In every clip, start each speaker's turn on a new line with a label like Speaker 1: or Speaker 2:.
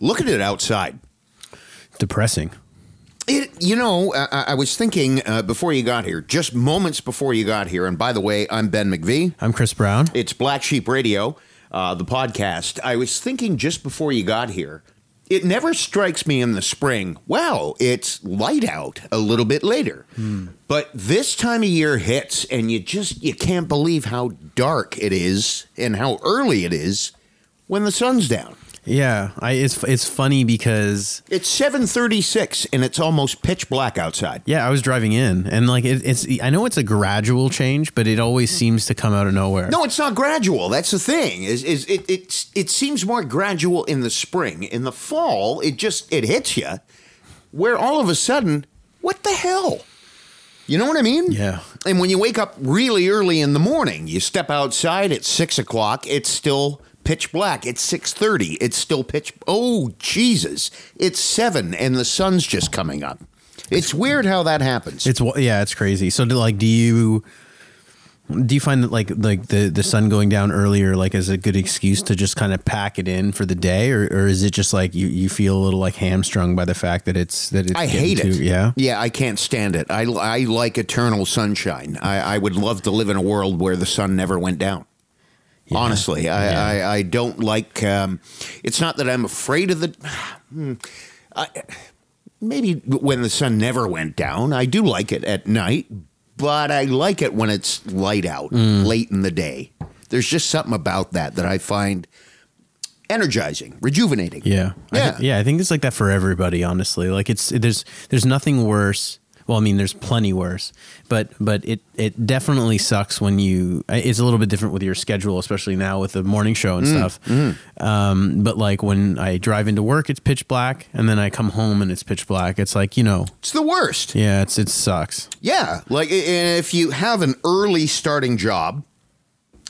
Speaker 1: Look at it outside.
Speaker 2: Depressing.
Speaker 1: It, you know, I, I was thinking uh, before you got here, just moments before you got here. And by the way, I'm Ben McVee.
Speaker 2: I'm Chris Brown.
Speaker 1: It's Black Sheep Radio, uh, the podcast. I was thinking just before you got here, it never strikes me in the spring, wow, it's light out a little bit later. But this time of year hits, and you just you can't believe how dark it is and how early it is when the sun's down.
Speaker 2: Yeah, I, it's it's funny because
Speaker 1: It's 7:36 and it's almost pitch black outside.
Speaker 2: yeah, I was driving in and like it, it's I know it's a gradual change, but it always seems to come out of nowhere.
Speaker 1: No, it's not gradual. That's the thing. Is is it it's it seems more gradual in the spring. In the fall, it just it hits you where all of a sudden, what the hell? You know what I mean?
Speaker 2: Yeah.
Speaker 1: And when you wake up really early in the morning, you step outside at six o'clock. It's still pitch black. It's six thirty. It's still pitch. Oh Jesus! It's seven, and the sun's just coming up. It's weird how that happens.
Speaker 2: It's wa- yeah, it's crazy. So do, like, do you do you find that like like the the sun going down earlier like is a good excuse to just kind of pack it in for the day, or, or is it just like you, you feel a little like hamstrung by the fact that it's that it's
Speaker 1: I
Speaker 2: getting
Speaker 1: hate it.
Speaker 2: too- Yeah,
Speaker 1: Yeah, I can't stand it. I, I like eternal sunshine. I, I would love to live in a world where the sun never went down. Honestly, I, I, I don't like. Um, it's not that I'm afraid of the. Hmm. I, maybe when the sun never went down, I do like it at night, but I like it when it's light out,
Speaker 2: Mm.
Speaker 1: late in the day. There's just something about that that I find energizing, rejuvenating.
Speaker 2: Yeah. I
Speaker 1: Yeah.
Speaker 2: thi- yeah, I think it's like that for everybody, honestly. Like it's there's there's nothing worse. Well, I mean, there's plenty worse, but but it it definitely sucks when you. It's a little bit different with your schedule, especially now with the morning show and stuff. Um, but like when I drive into work, it's pitch black, and then I come home and it's pitch black. It's like you know,
Speaker 1: It's the worst.
Speaker 2: yeah, it's it sucks.
Speaker 1: Yeah, like i- i- if you have an early starting job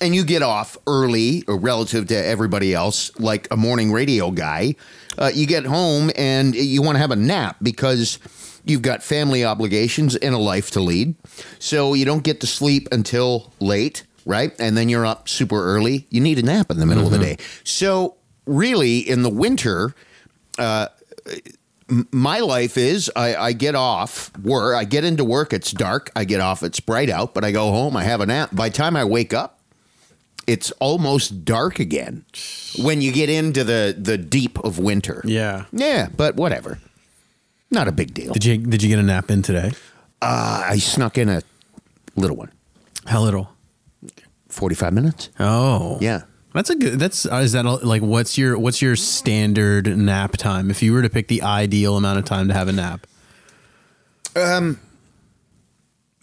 Speaker 1: and you get off early or relative to everybody else, like a morning radio guy, uh, you get home and you want to have a nap because you've got family obligations and a life to lead. So you don't get to sleep until late, right? And then you're up super early. You need a nap in the middle of the day. So, really, in the winter, my life is I, I get off work, I get into work, it's dark, I get off, it's bright out, but I go home, I have a nap. By the time I wake up, it's almost dark again when you get into the, the deep of winter.
Speaker 2: Yeah.
Speaker 1: Yeah, but whatever. Not a big deal.
Speaker 2: Did you did you get a nap in today?
Speaker 1: Uh, I snuck in a little one,
Speaker 2: How little?
Speaker 1: 45 minutes.
Speaker 2: Oh,
Speaker 1: Yeah.
Speaker 2: That's a good. That's uh, is that all- like what's your what's your standard nap time? If you were to pick the ideal amount of time to have a nap,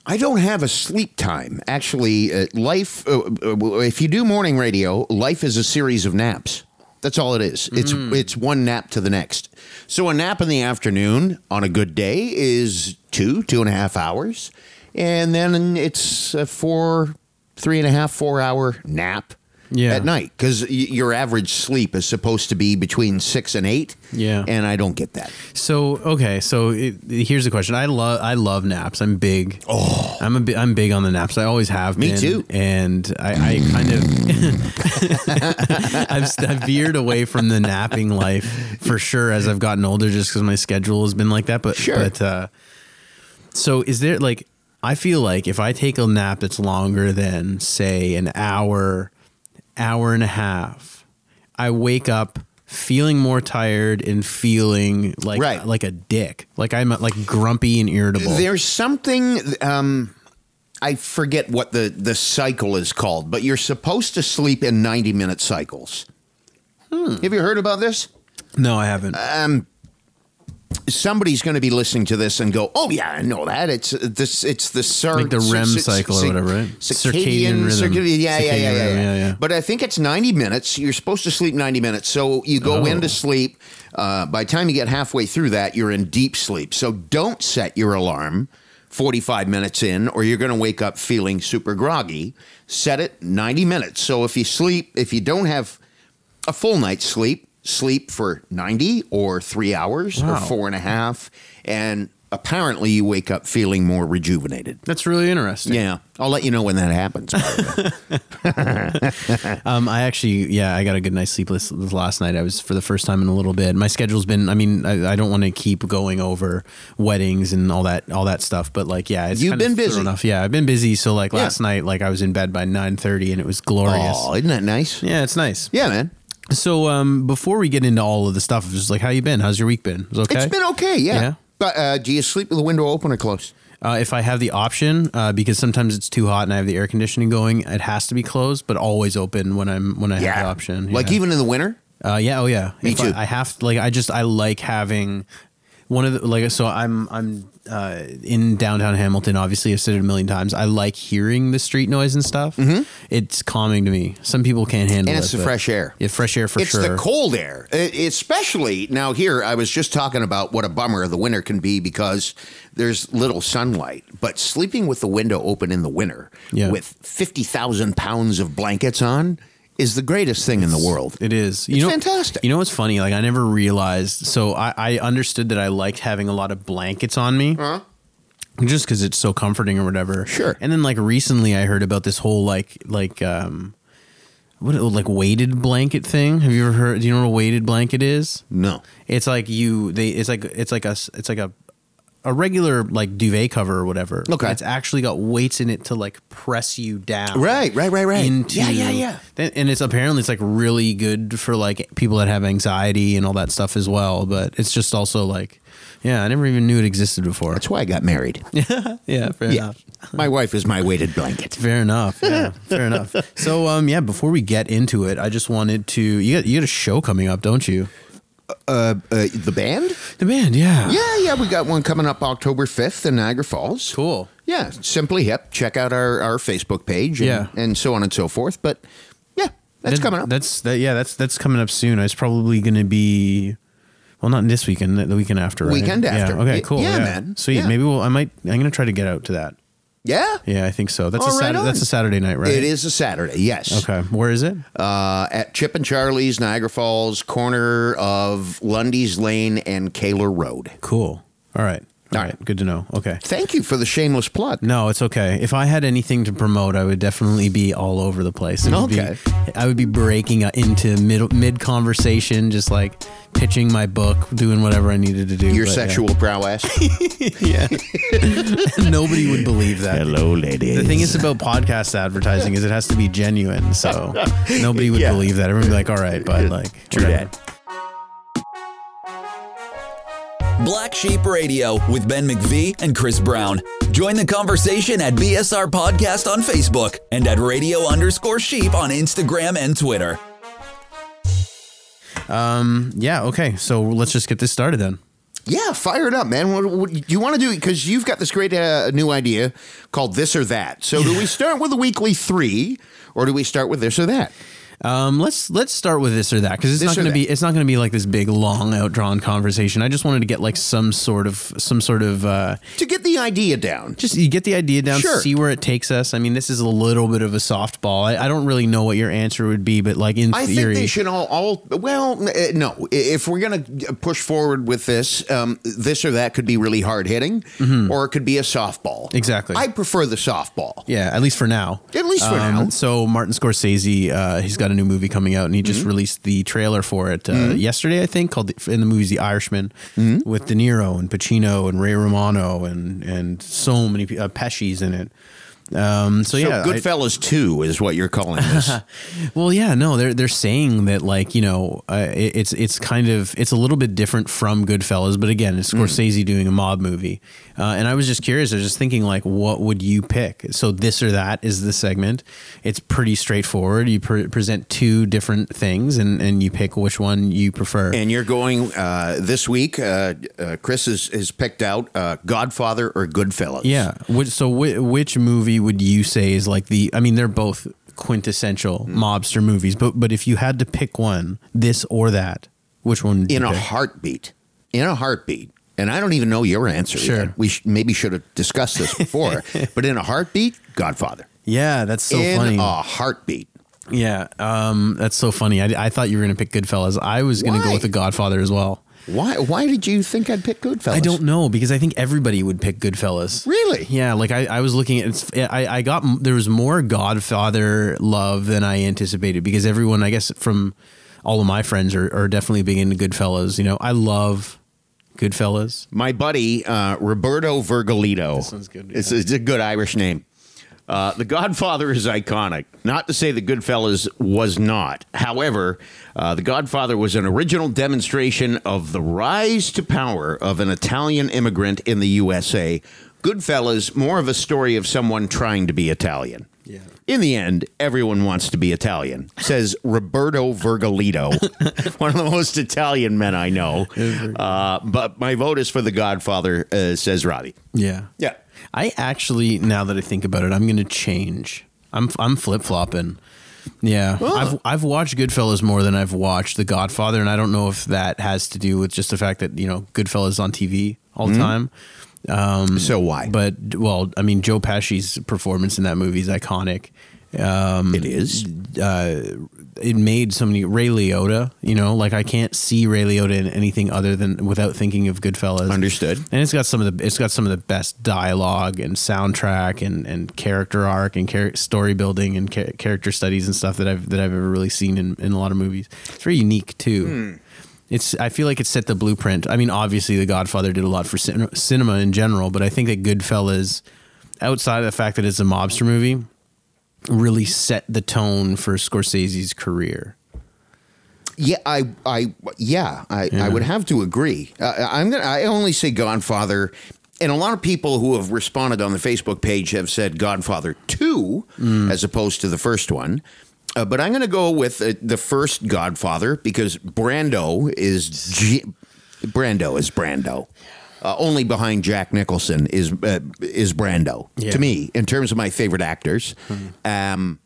Speaker 1: I don't have a sleep time. Actually, uh, life, uh, uh, if you do morning radio, life is a series of naps. That's all it is. It's
Speaker 2: Hmm.
Speaker 1: it's one nap to the next. So a nap in the afternoon on a good day is two, two and a half hours. And then it's a four, three and a half, four hour nap
Speaker 2: Yeah.
Speaker 1: at night. Because y- your average sleep is supposed to be between six and eight.
Speaker 2: Yeah.
Speaker 1: And I don't get that.
Speaker 2: so okay. So it, here's the question. I love I love naps. I'm big. Oh, I'm a bi- I'm big on the naps. I always have.
Speaker 1: Me
Speaker 2: been,
Speaker 1: too.
Speaker 2: And I, I kind of I've, s- I've veered away from the napping life for sure as I've gotten older, just because my schedule has been like that. But
Speaker 1: Sure.
Speaker 2: But uh, so is there like I feel like if I take a nap that's longer than say an hour, hour and a half, I wake up feeling more tired and feeling like
Speaker 1: Right.
Speaker 2: like a dick. Like I'm like grumpy and irritable.
Speaker 1: There's something um I forget what the the cycle is called, but you're supposed to sleep in 90 minute cycles. Have you heard about this?
Speaker 2: no, I haven't.
Speaker 1: Somebody's going to be listening to this and go, "Oh yeah, I know that. It's this. It's the cir-
Speaker 2: Like the REM cycle or whatever, right?
Speaker 1: Circadian,
Speaker 2: Circadian rhythm.
Speaker 1: circadian- yeah, yeah, yeah,
Speaker 2: Circadian
Speaker 1: yeah,
Speaker 2: rhythm,
Speaker 1: yeah,
Speaker 2: yeah, yeah.
Speaker 1: But I think it's 90 minutes. You're supposed to sleep 90 minutes. So you go
Speaker 2: Oh.
Speaker 1: into sleep. Uh, by the time you get halfway through that, you're in deep sleep. So don't set your alarm 45 minutes in, or you're going to wake up feeling super groggy. Set it 90 minutes. So if you sleep, if you don't have a full night's sleep, sleep for 90 or three hours
Speaker 2: Wow.
Speaker 1: or four and a half. And apparently you wake up feeling more rejuvenated.
Speaker 2: That's really interesting.
Speaker 1: Yeah, I'll let you know when that happens.
Speaker 2: Oh, Um, I actually, yeah, I got a good night's sleep this, this last night. I was for the first time in a little bit. My schedule's been. I mean, I, I don't want to keep going over weddings and all that, all that stuff. But like, yeah, it's
Speaker 1: You've
Speaker 2: kind
Speaker 1: been
Speaker 2: of thrown
Speaker 1: busy.
Speaker 2: Off. Yeah, I've been busy. So like
Speaker 1: Yeah.
Speaker 2: last night, like I was in bed by nine thirty, and it was glorious.
Speaker 1: oh, isn't that nice?
Speaker 2: Yeah, it's nice.
Speaker 1: Yeah, man.
Speaker 2: So um, before we get into all of the stuff, just like how you been? How's your week been? It was okay.
Speaker 1: It's been okay. Yeah.
Speaker 2: Yeah.
Speaker 1: But uh, do you sleep with the window open or closed?
Speaker 2: Uh, if I have the option, uh, because sometimes it's too hot and I have the air conditioning going, it has to be closed, but always open when I'm when I have the option.
Speaker 1: Like
Speaker 2: yeah.
Speaker 1: even in the winter.
Speaker 2: uh, yeah, oh yeah.
Speaker 1: Me
Speaker 2: If
Speaker 1: too.
Speaker 2: I, I have like I just I like having one of the like so I'm I'm uh, in downtown Hamilton. Obviously, I've said it a million times. I like hearing the street noise and stuff. It's calming to me. Some people can't handle
Speaker 1: Mm-hmm.
Speaker 2: it.
Speaker 1: And it's the
Speaker 2: but-
Speaker 1: fresh air.
Speaker 2: Yeah, fresh air for
Speaker 1: it's
Speaker 2: sure.
Speaker 1: the cold air, E- especially now. Here, I was just talking about what a bummer the winter can be because there's little sunlight. But sleeping with the window open in the winter
Speaker 2: Yeah.
Speaker 1: with fifty thousand pounds of blankets on is the greatest thing in the world.
Speaker 2: It is. You
Speaker 1: It's
Speaker 2: know,
Speaker 1: fantastic.
Speaker 2: You know what's funny? Like I never realized. So I, I understood that I liked having a lot of blankets on me. Just because it's so comforting or whatever.
Speaker 1: Uh-huh. Sure.
Speaker 2: And then like recently, I heard about this whole like like um, what like weighted blanket thing. Have you ever heard? Do you know what a weighted blanket is?
Speaker 1: No,
Speaker 2: It's like you they it's like it's like a s- it's like a a regular like duvet cover or whatever.
Speaker 1: Okay.
Speaker 2: It's actually got weights in it to like press you down.
Speaker 1: Right, right, right, right.
Speaker 2: Into
Speaker 1: Yeah, yeah, yeah.
Speaker 2: Th- And it's apparently it's like really good for like people that have anxiety and all that stuff as well. But it's just also like yeah, I never even knew it existed before.
Speaker 1: that's why I got married.
Speaker 2: yeah, fair
Speaker 1: Yeah,
Speaker 2: enough.
Speaker 1: my wife is my weighted blanket.
Speaker 2: Fair enough. Yeah, fair enough. So um yeah, before we get into it, I just wanted to you got you got a show coming up, don't you?
Speaker 1: Uh, the band?
Speaker 2: The band, yeah.
Speaker 1: Yeah, yeah. We got one coming up October fifth in Niagara Falls.
Speaker 2: Cool.
Speaker 1: Yeah, simply hip. Check out our, our Facebook page and,
Speaker 2: Yeah.
Speaker 1: and so on and so forth. But yeah, that's
Speaker 2: That-
Speaker 1: coming up.
Speaker 2: That's that. Yeah, that's that's coming up soon. It's probably going to be, well, not this weekend. The weekend after. Right?
Speaker 1: Weekend
Speaker 2: Yeah,
Speaker 1: after.
Speaker 2: Okay.
Speaker 1: Y-
Speaker 2: Cool.
Speaker 1: yeah, man.
Speaker 2: Sweet.
Speaker 1: Yeah.
Speaker 2: Maybe we'll. I might. I'm going to try to get out to that.
Speaker 1: yeah.
Speaker 2: Yeah, I think so. That's
Speaker 1: Oh,
Speaker 2: a
Speaker 1: right
Speaker 2: Saturday,
Speaker 1: on.
Speaker 2: that's a Saturday night, right?
Speaker 1: It is a Saturday, yes.
Speaker 2: Okay. Where is it?
Speaker 1: Uh, at Chip and Charlie's, Niagara Falls, corner of Lundy's Lane and Kaler Road.
Speaker 2: cool. All right.
Speaker 1: All
Speaker 2: All right.
Speaker 1: right.
Speaker 2: Good to know. Okay.
Speaker 1: Thank you for the shameless plug.
Speaker 2: No, it's okay. If I had anything to promote, I would definitely be all over the place. It would be-
Speaker 1: Okay.
Speaker 2: I would be breaking into mid mid conversation, just like pitching my book, doing whatever I needed to do.
Speaker 1: Your
Speaker 2: but, yeah.
Speaker 1: sexual prowess.
Speaker 2: Nobody would believe that.
Speaker 1: Hello, ladies.
Speaker 2: The thing is about podcast advertising is it has to be genuine, so nobody would
Speaker 1: Yeah.
Speaker 2: believe that. Everyone would be like, "All right, but like,
Speaker 1: True
Speaker 2: whatever."
Speaker 1: that.
Speaker 3: Black Sheep Radio with Ben McVee and Chris Brown. Join the conversation at BSR Podcast on Facebook and at radio underscore sheep on Instagram and Twitter.
Speaker 2: Yeah, okay. So let's just get this started then.
Speaker 1: Yeah, fire it up, man. What, what do you want to do? Because you've got this great uh, new idea called This or That. So do we start with the weekly three or do we start with This or That?
Speaker 2: Um, let's let's start with this or that because it's
Speaker 1: This
Speaker 2: not
Speaker 1: or
Speaker 2: going to be
Speaker 1: that.
Speaker 2: it's not going to be like this big long outdrawn conversation. I just wanted to get like some sort of some sort of uh,
Speaker 1: To get the idea down.
Speaker 2: just you get the idea down,
Speaker 1: Sure.
Speaker 2: see where it takes us. I mean, this is a little bit of a softball. I, I don't really know what your answer would be, but like in
Speaker 1: I
Speaker 2: theory,
Speaker 1: think they should all, all well, uh, no. I- If we're going to push forward with this, um, this or that could be really hard hitting, or it could be a softball.
Speaker 2: Mm-hmm. Exactly.
Speaker 1: I prefer the softball.
Speaker 2: Yeah, at least for now. Um,
Speaker 1: At least for now.
Speaker 2: So Martin Scorsese, uh, he's got a new movie coming out, and he
Speaker 1: Mm-hmm.
Speaker 2: just released the trailer for it uh, yesterday, I think, called the, in the movie's The Irishman,
Speaker 1: Mm-hmm.
Speaker 2: with De Niro and Pacino and Ray Romano and and so many pe- uh, Pesci's in it. Um,
Speaker 1: So
Speaker 2: so, yeah, I-
Speaker 1: Goodfellas 2 is what you're calling this.
Speaker 2: well, yeah, no, they're they're saying that like you know uh, it, it's it's kind of it's a little bit different from Goodfellas, but again, it's
Speaker 1: Hmm.
Speaker 2: Scorsese doing a mob movie, uh, and I was just curious. I was just thinking like, what would you pick? So this or that is the segment. It's pretty straightforward. You pre- present two different things, and and you pick which one you prefer.
Speaker 1: and you're going uh, this week, uh, uh, Chris has, has picked out uh, Godfather or Goodfellas.
Speaker 2: yeah. Which, so whi which movie would you say is like the? I mean, they're both quintessential
Speaker 1: Hmm.
Speaker 2: mobster movies, but but if you had to pick one, this or that, which one? Would
Speaker 1: In
Speaker 2: you
Speaker 1: a
Speaker 2: pick?
Speaker 1: heartbeat. In a heartbeat. And I don't even know your answer.
Speaker 2: Sure.
Speaker 1: yet. We sh- maybe should have discussed this before, but in a heartbeat, Godfather.
Speaker 2: Yeah, that's so
Speaker 1: in
Speaker 2: funny.
Speaker 1: a heartbeat.
Speaker 2: Yeah, um, that's so funny. I, I thought you were gonna pick Goodfellas. I was gonna
Speaker 1: Why?
Speaker 2: go with The Godfather as well.
Speaker 1: Why? Why did you think I'd pick Goodfellas?
Speaker 2: I don't know because I think everybody would pick Goodfellas.
Speaker 1: Really?
Speaker 2: Yeah. Like I, I was looking at, it's, I, I got there was more Godfather love than I anticipated because everyone, I guess, from all of my friends are, are definitely big into Goodfellas. You know, I love Goodfellas.
Speaker 1: My buddy uh, Roberto Virgolito. This
Speaker 2: sounds good,
Speaker 1: It's, it's a good Irish name. Uh, the Godfather is iconic. Not to say the Goodfellas was not. However, uh, The Godfather was an original demonstration of the rise to power of an Italian immigrant in the USA. Goodfellas, more of a story of someone trying to be Italian.
Speaker 2: Yeah.
Speaker 1: In the end, everyone wants to be Italian, says Roberto Virgolito, one of the most Italian men I know. Uh, but my vote is for The Godfather, uh, says Robbie.
Speaker 2: Yeah.
Speaker 1: Yeah.
Speaker 2: I actually, now that I think about it, I'm going to change. I'm I'm flip flopping. Yeah, I've I've watched Goodfellas more than I've watched The Godfather, and I don't know if that has to do with just the fact that you know Goodfellas is on TV all
Speaker 1: Mm-hmm.
Speaker 2: the time.
Speaker 1: So why?
Speaker 2: But well, I mean, Joe Pesci's performance in that movie is iconic. Um, uh,
Speaker 1: it is.
Speaker 2: It made so many Ray Liotta. You know, like I can't see Ray Liotta in anything other than without thinking of Goodfellas.
Speaker 1: Understood.
Speaker 2: and it's got some of the it's got some of the best dialogue and soundtrack and and character arc and char- story building and cha- character studies and stuff that I've that I've ever really seen in, in a lot of movies. It's very unique too. It's I feel like it set the blueprint. I mean, obviously, The Godfather did a lot for cin- cinema in general, but I think that Goodfellas, outside of the fact that it's a mobster movie, really set the tone for Scorsese's career.
Speaker 1: Yeah, I, I, yeah, I, I would have to agree. Uh, I'm gonna. I only say Godfather, and a lot of people who have responded on the Facebook page have said Godfather Two as opposed to the first one. Uh, but I'm going to go with uh, the first Godfather because Brando is G- Brando is Brando. Uh, only behind Jack Nicholson is uh, is Brando
Speaker 2: Yeah.
Speaker 1: to me in terms of my favorite actors. Um,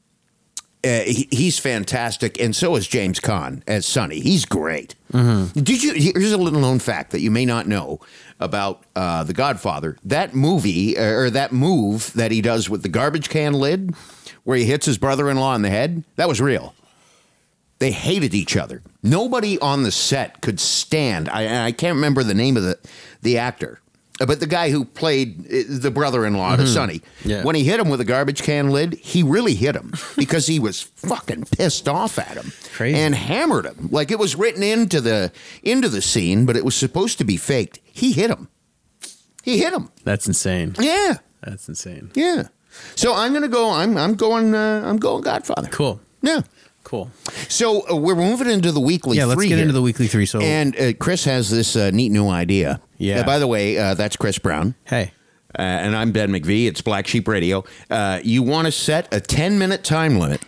Speaker 1: uh, he, he's fantastic, and so is James Caan as Sonny. He's great. Mm-hmm. Did you? Here's a little known fact that you may not know about uh, The Godfather. That movie uh, or that move that he does with the garbage can lid, where he hits his brother-in-law in the head, that was real. They hated each other. Nobody on the set could stand. I, and I can't remember the name of the the actor, uh, but the guy who played uh, the brother-in-law to Sonny.
Speaker 2: Mm-hmm. Yeah.
Speaker 1: When he hit him with a garbage can lid, he really hit him because he was fucking pissed off at him
Speaker 2: Crazy.
Speaker 1: and hammered him. Like it was written into the into the scene, but it was supposed to be faked. He hit him. He hit him.
Speaker 2: That's insane.
Speaker 1: Yeah,
Speaker 2: That's insane.
Speaker 1: yeah. So I'm gonna go. I'm I'm going. Uh, I'm going Godfather.
Speaker 2: Cool.
Speaker 1: Yeah.
Speaker 2: Cool.
Speaker 1: So uh, we're moving into the weekly.
Speaker 2: Yeah, let's
Speaker 1: three
Speaker 2: get
Speaker 1: here.
Speaker 2: into the weekly three. So
Speaker 1: And uh, Chris has this uh, neat new idea.
Speaker 2: Yeah.
Speaker 1: Uh, by the way, uh, that's Chris Brown.
Speaker 2: hey.
Speaker 1: Uh, and I'm Ben McVee. It's Black Sheep Radio. Uh, you want to set a 10 minute time limit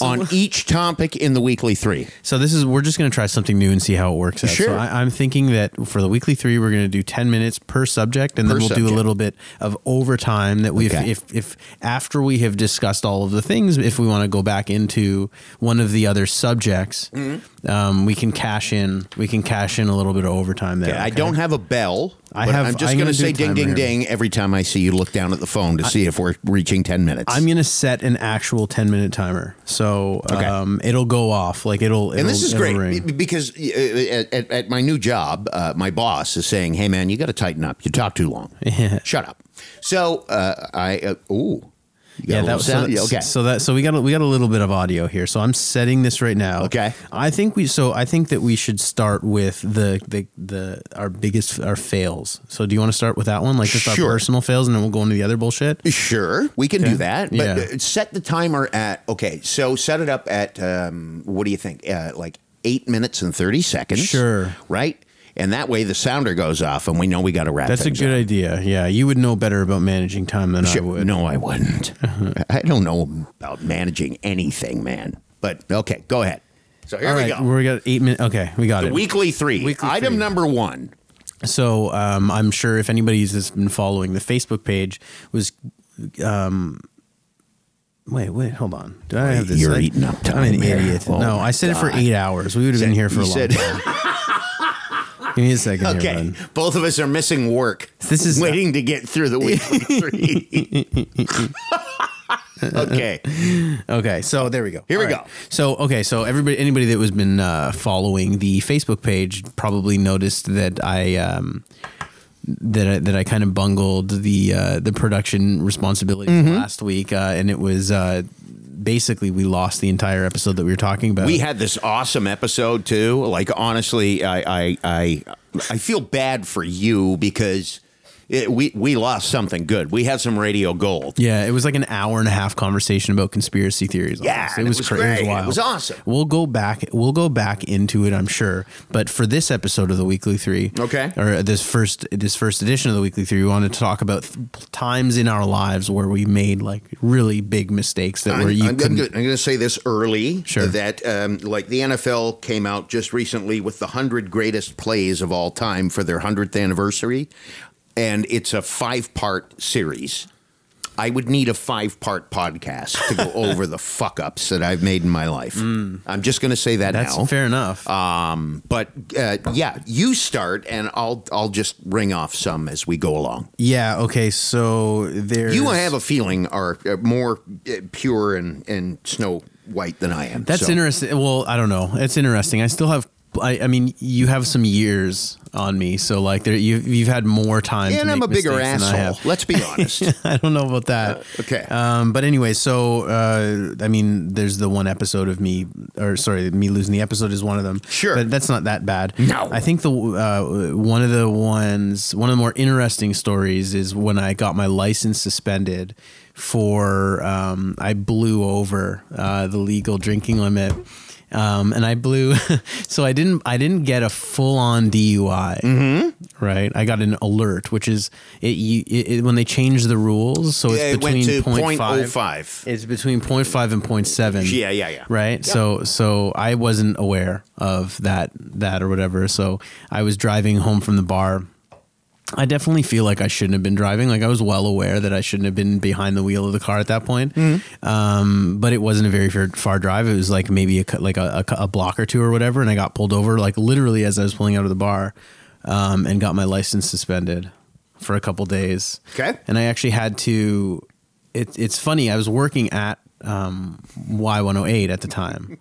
Speaker 1: on each topic in the weekly three.
Speaker 2: So this is we're just going to try something new and see how it works out. So
Speaker 1: Sure.
Speaker 2: I, I'm thinking that for the weekly three, we're going to do ten minutes per subject, and
Speaker 1: Per
Speaker 2: then we'll do a
Speaker 1: subject.
Speaker 2: little bit of overtime that we have
Speaker 1: Okay.
Speaker 2: if if after we have discussed all of the things, if we want to go back into one of the other subjects,
Speaker 1: Mm-hmm.
Speaker 2: um, we can cash in we can cash in a little bit of overtime there.
Speaker 1: I
Speaker 2: okay?
Speaker 1: don't have a bell.
Speaker 2: I
Speaker 1: but
Speaker 2: have-
Speaker 1: I'm just
Speaker 2: I'm
Speaker 1: going
Speaker 2: gonna
Speaker 1: to
Speaker 2: do
Speaker 1: say
Speaker 2: a
Speaker 1: ding,
Speaker 2: timer
Speaker 1: ding,
Speaker 2: here.
Speaker 1: ding every time I see you look down at the phone to see if we're reaching 10 minutes.
Speaker 2: I'm gonna set an actual 10 minute timer, so
Speaker 1: Okay.
Speaker 2: um, it'll go off like it'll.
Speaker 1: and this
Speaker 2: it'll-
Speaker 1: is great
Speaker 2: it'll ring.
Speaker 1: be- because uh, at, at- at my new job, uh, my boss is saying, "Hey, man, you got to tighten up. You talk too long. Shut up." So uh, I, uh, ooh, You got a
Speaker 2: Yeah,
Speaker 1: little
Speaker 2: that was
Speaker 1: sound?
Speaker 2: so,
Speaker 1: okay.
Speaker 2: So that so we got a, we got a little bit of audio here. So I'm setting this right now.
Speaker 1: Okay.
Speaker 2: I think we so I think that we should start with the the the our biggest our fails. So do you want to start with that one, like just
Speaker 1: Sure.
Speaker 2: our personal fails, and then we'll go into the other bullshit?
Speaker 1: Sure, we can do that, but
Speaker 2: Yeah.
Speaker 1: uh, set the timer at okay. So set it up at um, what do you think? Uh, like eight minutes and thirty seconds.
Speaker 2: Sure.
Speaker 1: right, and that way the sounder goes off, and we know we got to wrap.
Speaker 2: That's a
Speaker 1: things
Speaker 2: good
Speaker 1: up.
Speaker 2: idea. Yeah, you would know better about managing time than
Speaker 1: Sure.
Speaker 2: I would. Uh-huh.
Speaker 1: No, I wouldn't. I don't know about managing anything, man. But okay, go ahead. So here
Speaker 2: All
Speaker 1: we
Speaker 2: right,
Speaker 1: go.
Speaker 2: we got eight minutes. Okay, we got it.
Speaker 1: Weekly three.
Speaker 2: Weekly
Speaker 1: Item
Speaker 2: three.
Speaker 1: number one.
Speaker 2: So um, I'm sure if anybody's has been following the Facebook page was. Um, Wait, wait, hold on. Do I have this?
Speaker 1: You're
Speaker 2: I-
Speaker 1: eating up time
Speaker 2: I'm an
Speaker 1: here.
Speaker 2: idiot.
Speaker 1: Oh
Speaker 2: no,
Speaker 1: my
Speaker 2: I said it for
Speaker 1: God.
Speaker 2: eight hours. We would have been here for
Speaker 1: You
Speaker 2: a long
Speaker 1: said-
Speaker 2: time. Give me a second here,
Speaker 1: Okay,
Speaker 2: bud.
Speaker 1: both of us are missing work.
Speaker 2: This is-
Speaker 1: waiting to get through the weekly three. Okay.
Speaker 2: Okay, so there we go.
Speaker 1: Here we
Speaker 2: All right.
Speaker 1: go.
Speaker 2: So okay, so everybody, anybody that was been uh, following the Facebook page probably noticed that I um, that I, that I kind of bungled the uh, the production responsibilities
Speaker 1: Mm-hmm.
Speaker 2: last week, uh, and it was uh, basically we lost the entire episode that we were talking about.
Speaker 1: We had this awesome episode too. Like honestly, I I I, I feel bad for you because it, we we lost something good. We had some radio gold.
Speaker 2: yeah, it was like an hour and a half conversation about conspiracy theories.
Speaker 1: Yeah,
Speaker 2: honestly.
Speaker 1: and it was
Speaker 2: cra-
Speaker 1: great. It
Speaker 2: wild.
Speaker 1: was awesome.
Speaker 2: We'll go back. We'll go back into it, I'm sure. But for this episode of the Weekly Three,
Speaker 1: Okay.
Speaker 2: or this first this first edition of the Weekly Three, we wanted to talk about th- times in our lives where we made like really big mistakes that
Speaker 1: I'm,
Speaker 2: were you
Speaker 1: I'm
Speaker 2: couldn't.
Speaker 1: gonna, I'm gonna say this early
Speaker 2: Sure.
Speaker 1: that um, like the NFL came out just recently with the hundred greatest plays of all time for their hundredth anniversary, and it's a five part series. I would need a five part podcast to go over the fuck ups that I've made in my life. I'm just gonna say that
Speaker 2: Mm. That's
Speaker 1: now.
Speaker 2: fair enough.
Speaker 1: Um, but uh, yeah, you start, and I'll I'll just ring off some as we go along.
Speaker 2: yeah. Okay. So there.
Speaker 1: You, I have a feeling, are uh, more uh, pure and and snow white than I am.
Speaker 2: That's
Speaker 1: so.
Speaker 2: interesting. Well, I don't know. It's interesting. I still have. I, I mean, you have some years on me, so like there, you've you've had more time. to
Speaker 1: And I'm
Speaker 2: make
Speaker 1: a bigger
Speaker 2: mistakes than I
Speaker 1: asshole.
Speaker 2: have.
Speaker 1: Let's be honest.
Speaker 2: I don't know about that.
Speaker 1: Uh, okay.
Speaker 2: Um, but anyway, so uh, I mean, there's the one episode of me, or sorry, me losing the episode is one of them.
Speaker 1: Sure.
Speaker 2: but that's not that bad.
Speaker 1: No.
Speaker 2: I think the uh, one of the ones, one of the more interesting stories is when I got my license suspended for um, I blew over uh, the legal drinking limit. Um, and I blew, so I didn't. I didn't get a full on DUI right? I got an alert, which is it, you, it, it- when they change the rules, so it's
Speaker 1: Yeah, it went
Speaker 2: between
Speaker 1: to
Speaker 2: 0.5,
Speaker 1: 0.05.
Speaker 2: It's between 0.5 and 0.7.
Speaker 1: Yeah, yeah, yeah.
Speaker 2: Right? So so I wasn't aware of that that or whatever. So I was driving home from the bar. I definitely feel like I shouldn't have been driving. Like I was well aware that I shouldn't have been behind the wheel of the car at that point.
Speaker 1: Mm-hmm.
Speaker 2: Um, but it wasn't a very far, far drive. It was like maybe a, cou- like a, a cou- a block or two or whatever. And I got pulled over like literally as I was pulling out of the bar, um, and got my license suspended for a couple days.
Speaker 1: Okay.
Speaker 2: And I actually had to. It, it's funny. I was working at um, Y108 at the time,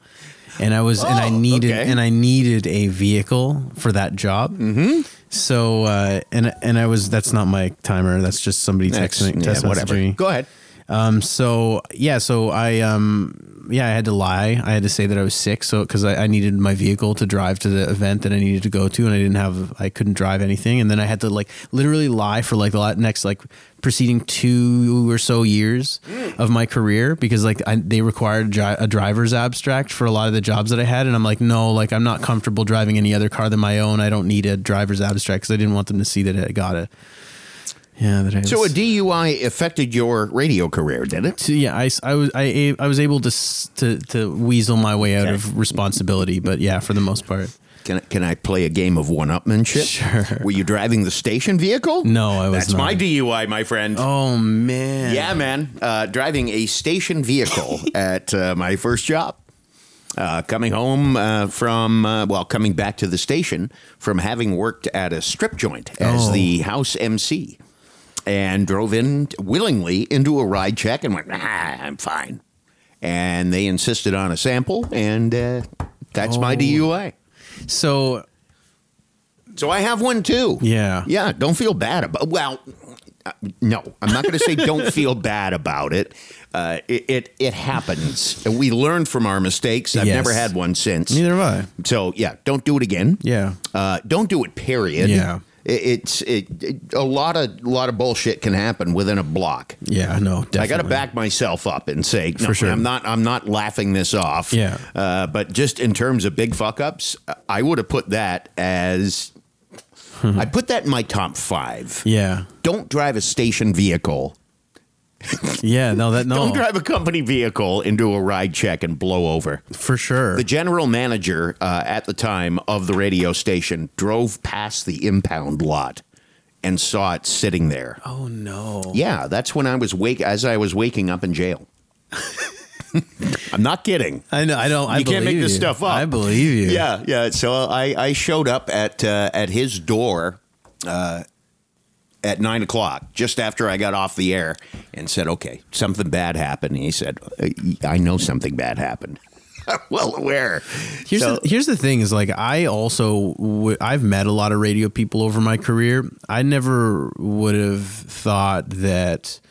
Speaker 2: and I was and I
Speaker 1: Oh,
Speaker 2: needed
Speaker 1: okay.
Speaker 2: and I needed a vehicle for that job. Mm-hmm. So uh, and and I was that's not my timer. That's just somebody
Speaker 1: That's-
Speaker 2: texting,
Speaker 1: yeah,
Speaker 2: text messaging.
Speaker 1: Go ahead.
Speaker 2: Um, so yeah, so I um, yeah, I had to lie. I had to say that I was sick, so because I, I needed my vehicle to drive to the event that I needed to go to, and I didn't have, I couldn't drive anything, and then I had to like literally lie for like the la- next like preceding two or so years
Speaker 1: Mm.
Speaker 2: of my career because like I, they required dri- a driver's abstract for a lot of the jobs that I had, and I'm like, no, like I'm not comfortable driving any other car than my own. I don't need a driver's abstract because I didn't want them to see that I got it. Yeah, that I
Speaker 1: So a
Speaker 2: was-
Speaker 1: DUI affected your radio career, did it?
Speaker 2: to- yeah, I, s- I was I, I was able to s- to to weasel my way out of responsibility, but yeah, for the most part,
Speaker 1: Can I, can I play a game of one-upmanship?
Speaker 2: Sure.
Speaker 1: Were you driving the station vehicle?
Speaker 2: no, I was
Speaker 1: That's
Speaker 2: not.
Speaker 1: my DUI, my friend.
Speaker 2: oh man,
Speaker 1: Yeah, man. Uh, driving a station vehicle at uh, my first job. Uh, coming home uh, from, uh, well, coming back to the station from having worked at a strip joint as
Speaker 2: Oh.
Speaker 1: the house MC and drove in willingly into a ride check and went, nah, I'm fine. And they insisted on a sample, and uh, that's my
Speaker 2: Oh.
Speaker 1: DUI.
Speaker 2: So
Speaker 1: So I have one too.
Speaker 2: Yeah.
Speaker 1: Yeah. Don't feel bad about. Well, uh, no, I'm not going to say don't feel bad about it. Uh, it, it it happens. We learn from our mistakes. I've
Speaker 2: Yes.
Speaker 1: never had one since.
Speaker 2: neither have I.
Speaker 1: So yeah, don't do it again.
Speaker 2: Yeah,
Speaker 1: Uh, don't do it. Period.
Speaker 2: Yeah.
Speaker 1: It, it's it, it- a lot of lot of bullshit can happen within a block.
Speaker 2: yeah, no, definitely.
Speaker 1: I got to back myself up and say, no,
Speaker 2: For sure.
Speaker 1: I'm not, I'm not laughing this off.
Speaker 2: Yeah.
Speaker 1: Uh, but just in terms of big fuck ups, I would have put that as, I put that in my top five.
Speaker 2: Hmm. Yeah,
Speaker 1: Don't drive a station vehicle.
Speaker 2: yeah, no, that no,
Speaker 1: Don't drive a company vehicle into a ride check and blow over.
Speaker 2: for sure.
Speaker 1: The general manager uh, at the time of the radio station drove past the impound lot and saw it sitting there.
Speaker 2: oh no,
Speaker 1: Yeah, that's when I was wake as I was waking up in jail. I'm not kidding.
Speaker 2: I know, I don't. I
Speaker 1: You can't make
Speaker 2: believe
Speaker 1: this
Speaker 2: you.
Speaker 1: stuff up.
Speaker 2: I believe you.
Speaker 1: Yeah, yeah. So I I showed up at uh, at his door. Uh, at nine o'clock, just after I got off the air, and said, "Okay, something bad happened." And he said, "I know something bad happened." I'm well aware.
Speaker 2: Here's
Speaker 1: So-
Speaker 2: the, here's the thing is like I also w- I've met a lot of radio people over my career. I never would have thought that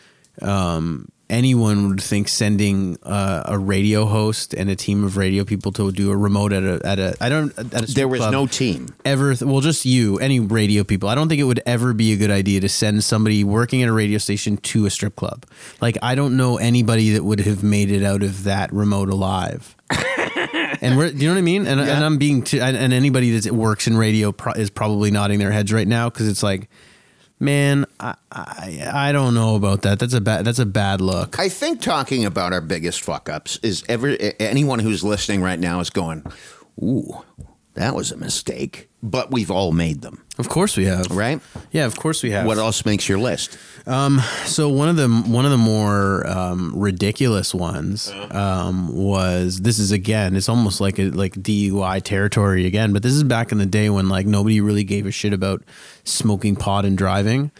Speaker 2: um, anyone would think sending uh, a radio host and a team of radio people to do a remote at a at a I don't at a strip
Speaker 1: there was
Speaker 2: club
Speaker 1: no team.
Speaker 2: ever th- well just you any radio people i don't think it would ever be a good idea to send somebody working at a radio station to a strip club like i don't know anybody that would have made it out of that remote alive and we're do you know what i mean and, and i'm being too, and, and anybody that works in radio pro- is probably nodding their heads right now because it's like man I, I i don't know about that that's a bad that's a bad look
Speaker 1: I think talking about our biggest fuck ups is ever anyone who's listening right now is going, "Ooh, that was a mistake." But we've all made them,
Speaker 2: of course we have
Speaker 1: right?
Speaker 2: yeah of course we have
Speaker 1: What else makes your list?
Speaker 2: So one of the one of the more um, ridiculous ones um, was this is again it's almost like a, like DUI territory again, but this is back in the day when like nobody really gave a shit about smoking pot and driving.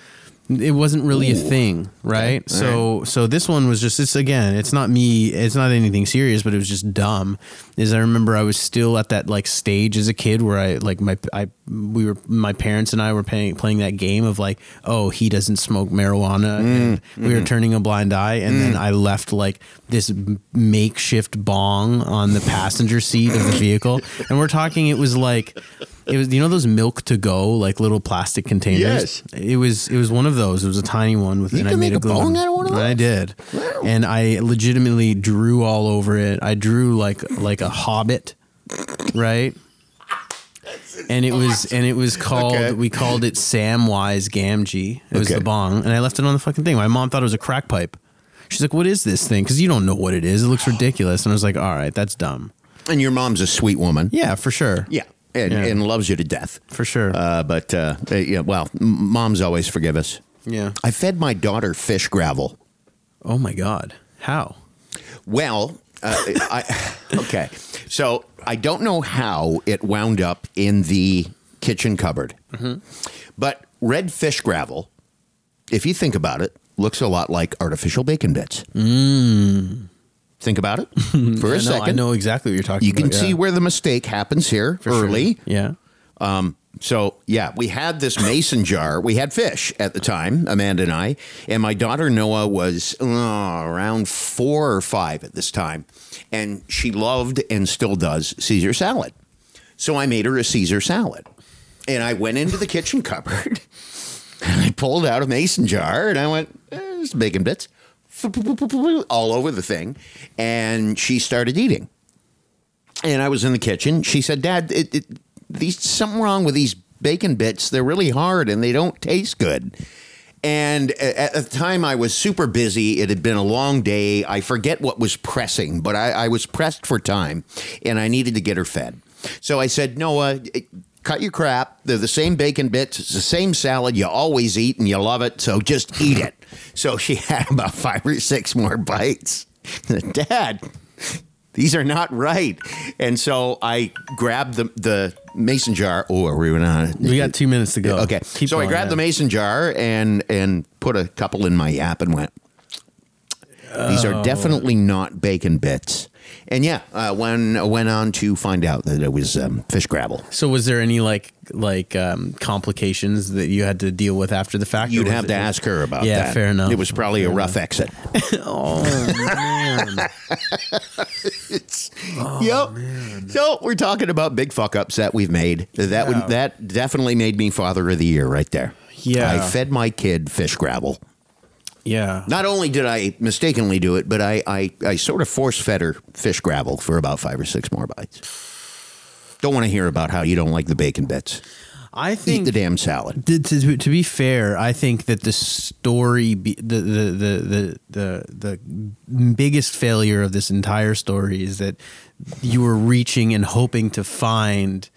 Speaker 2: It wasn't really a thing, right? So so this one was just it's again it's not me it's not anything serious, but it was just dumb. Is I remember I was still at that like stage as a kid where I like my I we were my parents and I were playing playing that game of like oh he doesn't smoke marijuana and we were turning a blind eye and then I left like this m- makeshift bong on the passenger seat of the vehicle and we're talking it was like it was you know those milk to go like little plastic containers
Speaker 1: Yes.
Speaker 2: it was it was one of those it was a tiny one with you and
Speaker 1: can
Speaker 2: I made
Speaker 1: make a
Speaker 2: glue
Speaker 1: bong
Speaker 2: gun.
Speaker 1: out of one of those?
Speaker 2: I did
Speaker 1: Wow.
Speaker 2: and I legitimately drew all over it. I drew like like a hobbit, right? And it was and it was called
Speaker 1: Okay.
Speaker 2: we called it Samwise Gamgee. It was
Speaker 1: Okay.
Speaker 2: the bong, and I left it on the fucking thing. My mom thought it was a crack pipe. She's like, "What is this thing?" Because you don't know what it is. It looks ridiculous. And I was like, "All right, that's dumb."
Speaker 1: And your mom's a sweet woman.
Speaker 2: Yeah, for sure.
Speaker 1: Yeah. And,
Speaker 2: Yeah.
Speaker 1: and loves you to death.
Speaker 2: for sure.
Speaker 1: Uh, but, uh, uh, yeah, well, m- moms always forgive us.
Speaker 2: yeah.
Speaker 1: I fed my daughter fish gravel.
Speaker 2: Oh my god, how?
Speaker 1: Well, uh, I, okay. So I don't know how it wound up in the kitchen cupboard.
Speaker 2: Mm-hmm.
Speaker 1: But red fish gravel, if you think about it, looks a lot like artificial bacon bits. Think about it for a
Speaker 2: Mm. I know,
Speaker 1: second.
Speaker 2: I know exactly what you're talking
Speaker 1: You
Speaker 2: about.
Speaker 1: can see
Speaker 2: yeah.
Speaker 1: where the mistake happens here
Speaker 2: For sure.
Speaker 1: early.
Speaker 2: Yeah.
Speaker 1: So yeah, we had this mason jar. We had fish at the time, Amanda and I, and my daughter Noah was uh, around four or five at this time, and she loved and still does Caesar salad. So I made her a Caesar salad, and I went into the kitchen cupboard, and I pulled out a mason jar, and I went eh, just bacon bits all over the thing, and she started eating and I was in the kitchen. She said, "Dad, it, it, these something wrong with these bacon bits. They're really hard and they don't taste good." And a- at the time, I was super busy. It had been a long day. I forget what was pressing, but I, I was pressed for time, and I needed to get her fed. So I said, "Noah." It, Cut your crap. They're the same bacon bits. It's the same salad you always eat and you love it. So just eat it. So she had about five or six more bites. Dad, these are not right. And so I grabbed the, the mason jar. Oh, are we on it?
Speaker 2: We got two minutes to go.
Speaker 1: Okay.
Speaker 2: Keep
Speaker 1: so I
Speaker 2: going,
Speaker 1: grabbed
Speaker 2: yeah.
Speaker 1: the mason jar and and put a couple in my yap and went. These
Speaker 2: Oh.
Speaker 1: are definitely not bacon bits. And yeah, uh, when went on to find out that it was um, fish gravel.
Speaker 2: So was there any like like um, complications that you had to deal with after the fact?
Speaker 1: You'd
Speaker 2: or was
Speaker 1: have
Speaker 2: it
Speaker 1: to
Speaker 2: just-
Speaker 1: ask her about
Speaker 2: Yeah,
Speaker 1: that.
Speaker 2: fair enough.
Speaker 1: It was probably a rough exit.
Speaker 2: Oh man, Oh,
Speaker 1: yep. So we're talking about big fuck ups that we've made. That
Speaker 2: Yeah.
Speaker 1: would that definitely made me father of the year right there.
Speaker 2: Yeah.
Speaker 1: I fed my kid fish gravel.
Speaker 2: yeah.
Speaker 1: Not only did I mistakenly do it, but I I, I sort of force fed her fish gravel for about five or six more bites. Don't want to hear about how you don't like the bacon bits.
Speaker 2: I
Speaker 1: Eat
Speaker 2: think
Speaker 1: the damn salad.
Speaker 2: to, to, to be fair, I think that the story, be, the, the, the, the, the, the biggest failure of this entire story is that you were reaching and hoping to find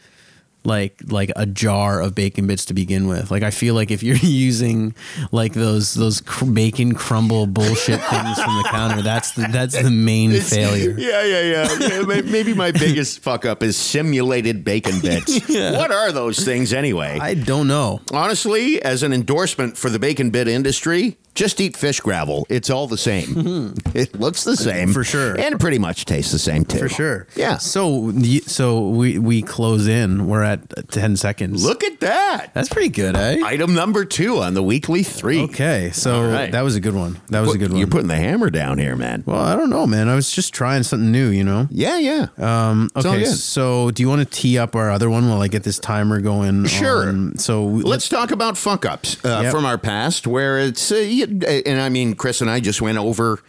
Speaker 2: like like a jar of bacon bits to begin with. Like I feel like if you're using like those those cr- bacon crumble bullshit things from the counter, that's the, that's the main failure.
Speaker 1: Yeah, yeah, yeah. yeah. may- Maybe my biggest fuck up is simulated bacon bits. What are those things anyway?
Speaker 2: I don't know.
Speaker 1: Honestly, as an endorsement for the bacon bit industry, just eat fish gravel. It's all the same. it looks the same
Speaker 2: Hmm. For sure.
Speaker 1: and it pretty much tastes the same too.
Speaker 2: For sure.
Speaker 1: Yeah.
Speaker 2: So the- so we we close in. We're at 10 seconds.
Speaker 1: Look at that.
Speaker 2: That's pretty good, eh?
Speaker 1: Item number two on the weekly three.
Speaker 2: Okay. So
Speaker 1: All right.
Speaker 2: that was a good one. That was a good one.
Speaker 1: You're putting the hammer down here, man.
Speaker 2: well, I don't know, man. I was just trying something new, you know.
Speaker 1: Yeah, yeah.
Speaker 2: Um,
Speaker 1: Mm, all
Speaker 2: okay,
Speaker 1: good.
Speaker 2: so do you want to tee up our other one while I get this timer going?
Speaker 1: Sure.
Speaker 2: on- so we-
Speaker 1: Let's talk about fuck ups uh,
Speaker 2: Yep.
Speaker 1: from our past, where it's, uh, y- and I mean, Chris and I just went over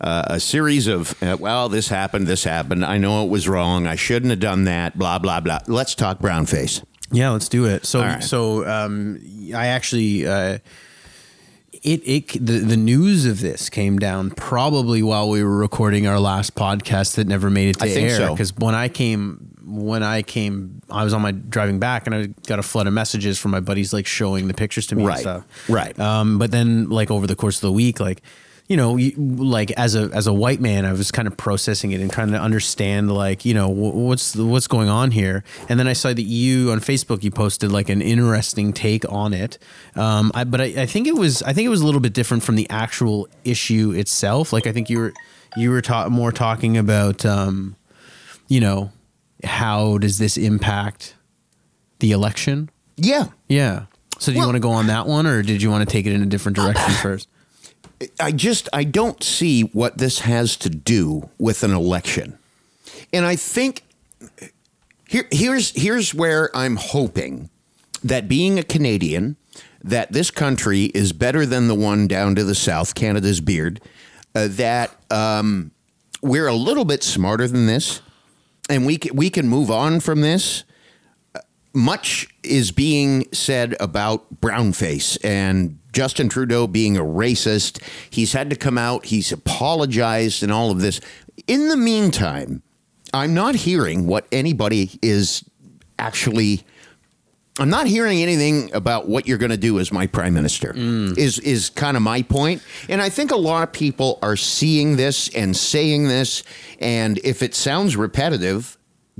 Speaker 1: uh, a series of, uh, well, this happened, this happened. I know it was wrong. I shouldn't have done that, blah, blah, blah. Let's talk brown face.
Speaker 2: Yeah, let's do it. So,
Speaker 1: right.
Speaker 2: so um, I actually uh, it it the, the news of this came down probably while we were recording our last podcast that never made it to
Speaker 1: I think
Speaker 2: air
Speaker 1: so.
Speaker 2: because when I came when I came I was on my driving back and I got a flood of messages from my buddies like showing the pictures to me
Speaker 1: Right.
Speaker 2: and stuff.
Speaker 1: Right.
Speaker 2: Um, but then like over the course of the week, like, you know, you, like as a, as a white man, I was kind of processing it and trying to understand like, you know, wh- what's, the, what's going on here. And then I saw that you on Facebook, you posted like an interesting take on it. Um, I, but I, I think it was, I think it was a little bit different from the actual issue itself. Like, I think you were, you were ta- more talking about, um, you know, how does this impact the election?
Speaker 1: Yeah.
Speaker 2: Yeah. So do you
Speaker 1: Well-
Speaker 2: want to go on that one, or did you want to take it in a different direction first?
Speaker 1: I just I don't see what this has to do with an election. And I think here here's here's where I'm hoping that being a Canadian that this country is better than the one down to the south, Canada's beard, uh, that um, we're a little bit smarter than this and we can, we can move on from this much is being said about brownface and Justin Trudeau being a racist. He's had to come out, he's apologized, and all of this. In the meantime, I'm not hearing what anybody is actually. I'm not hearing anything about what you're going to do as my prime minister. Is is kind of my point, and I think a lot of people are seeing this and saying this, and if it sounds repetitive,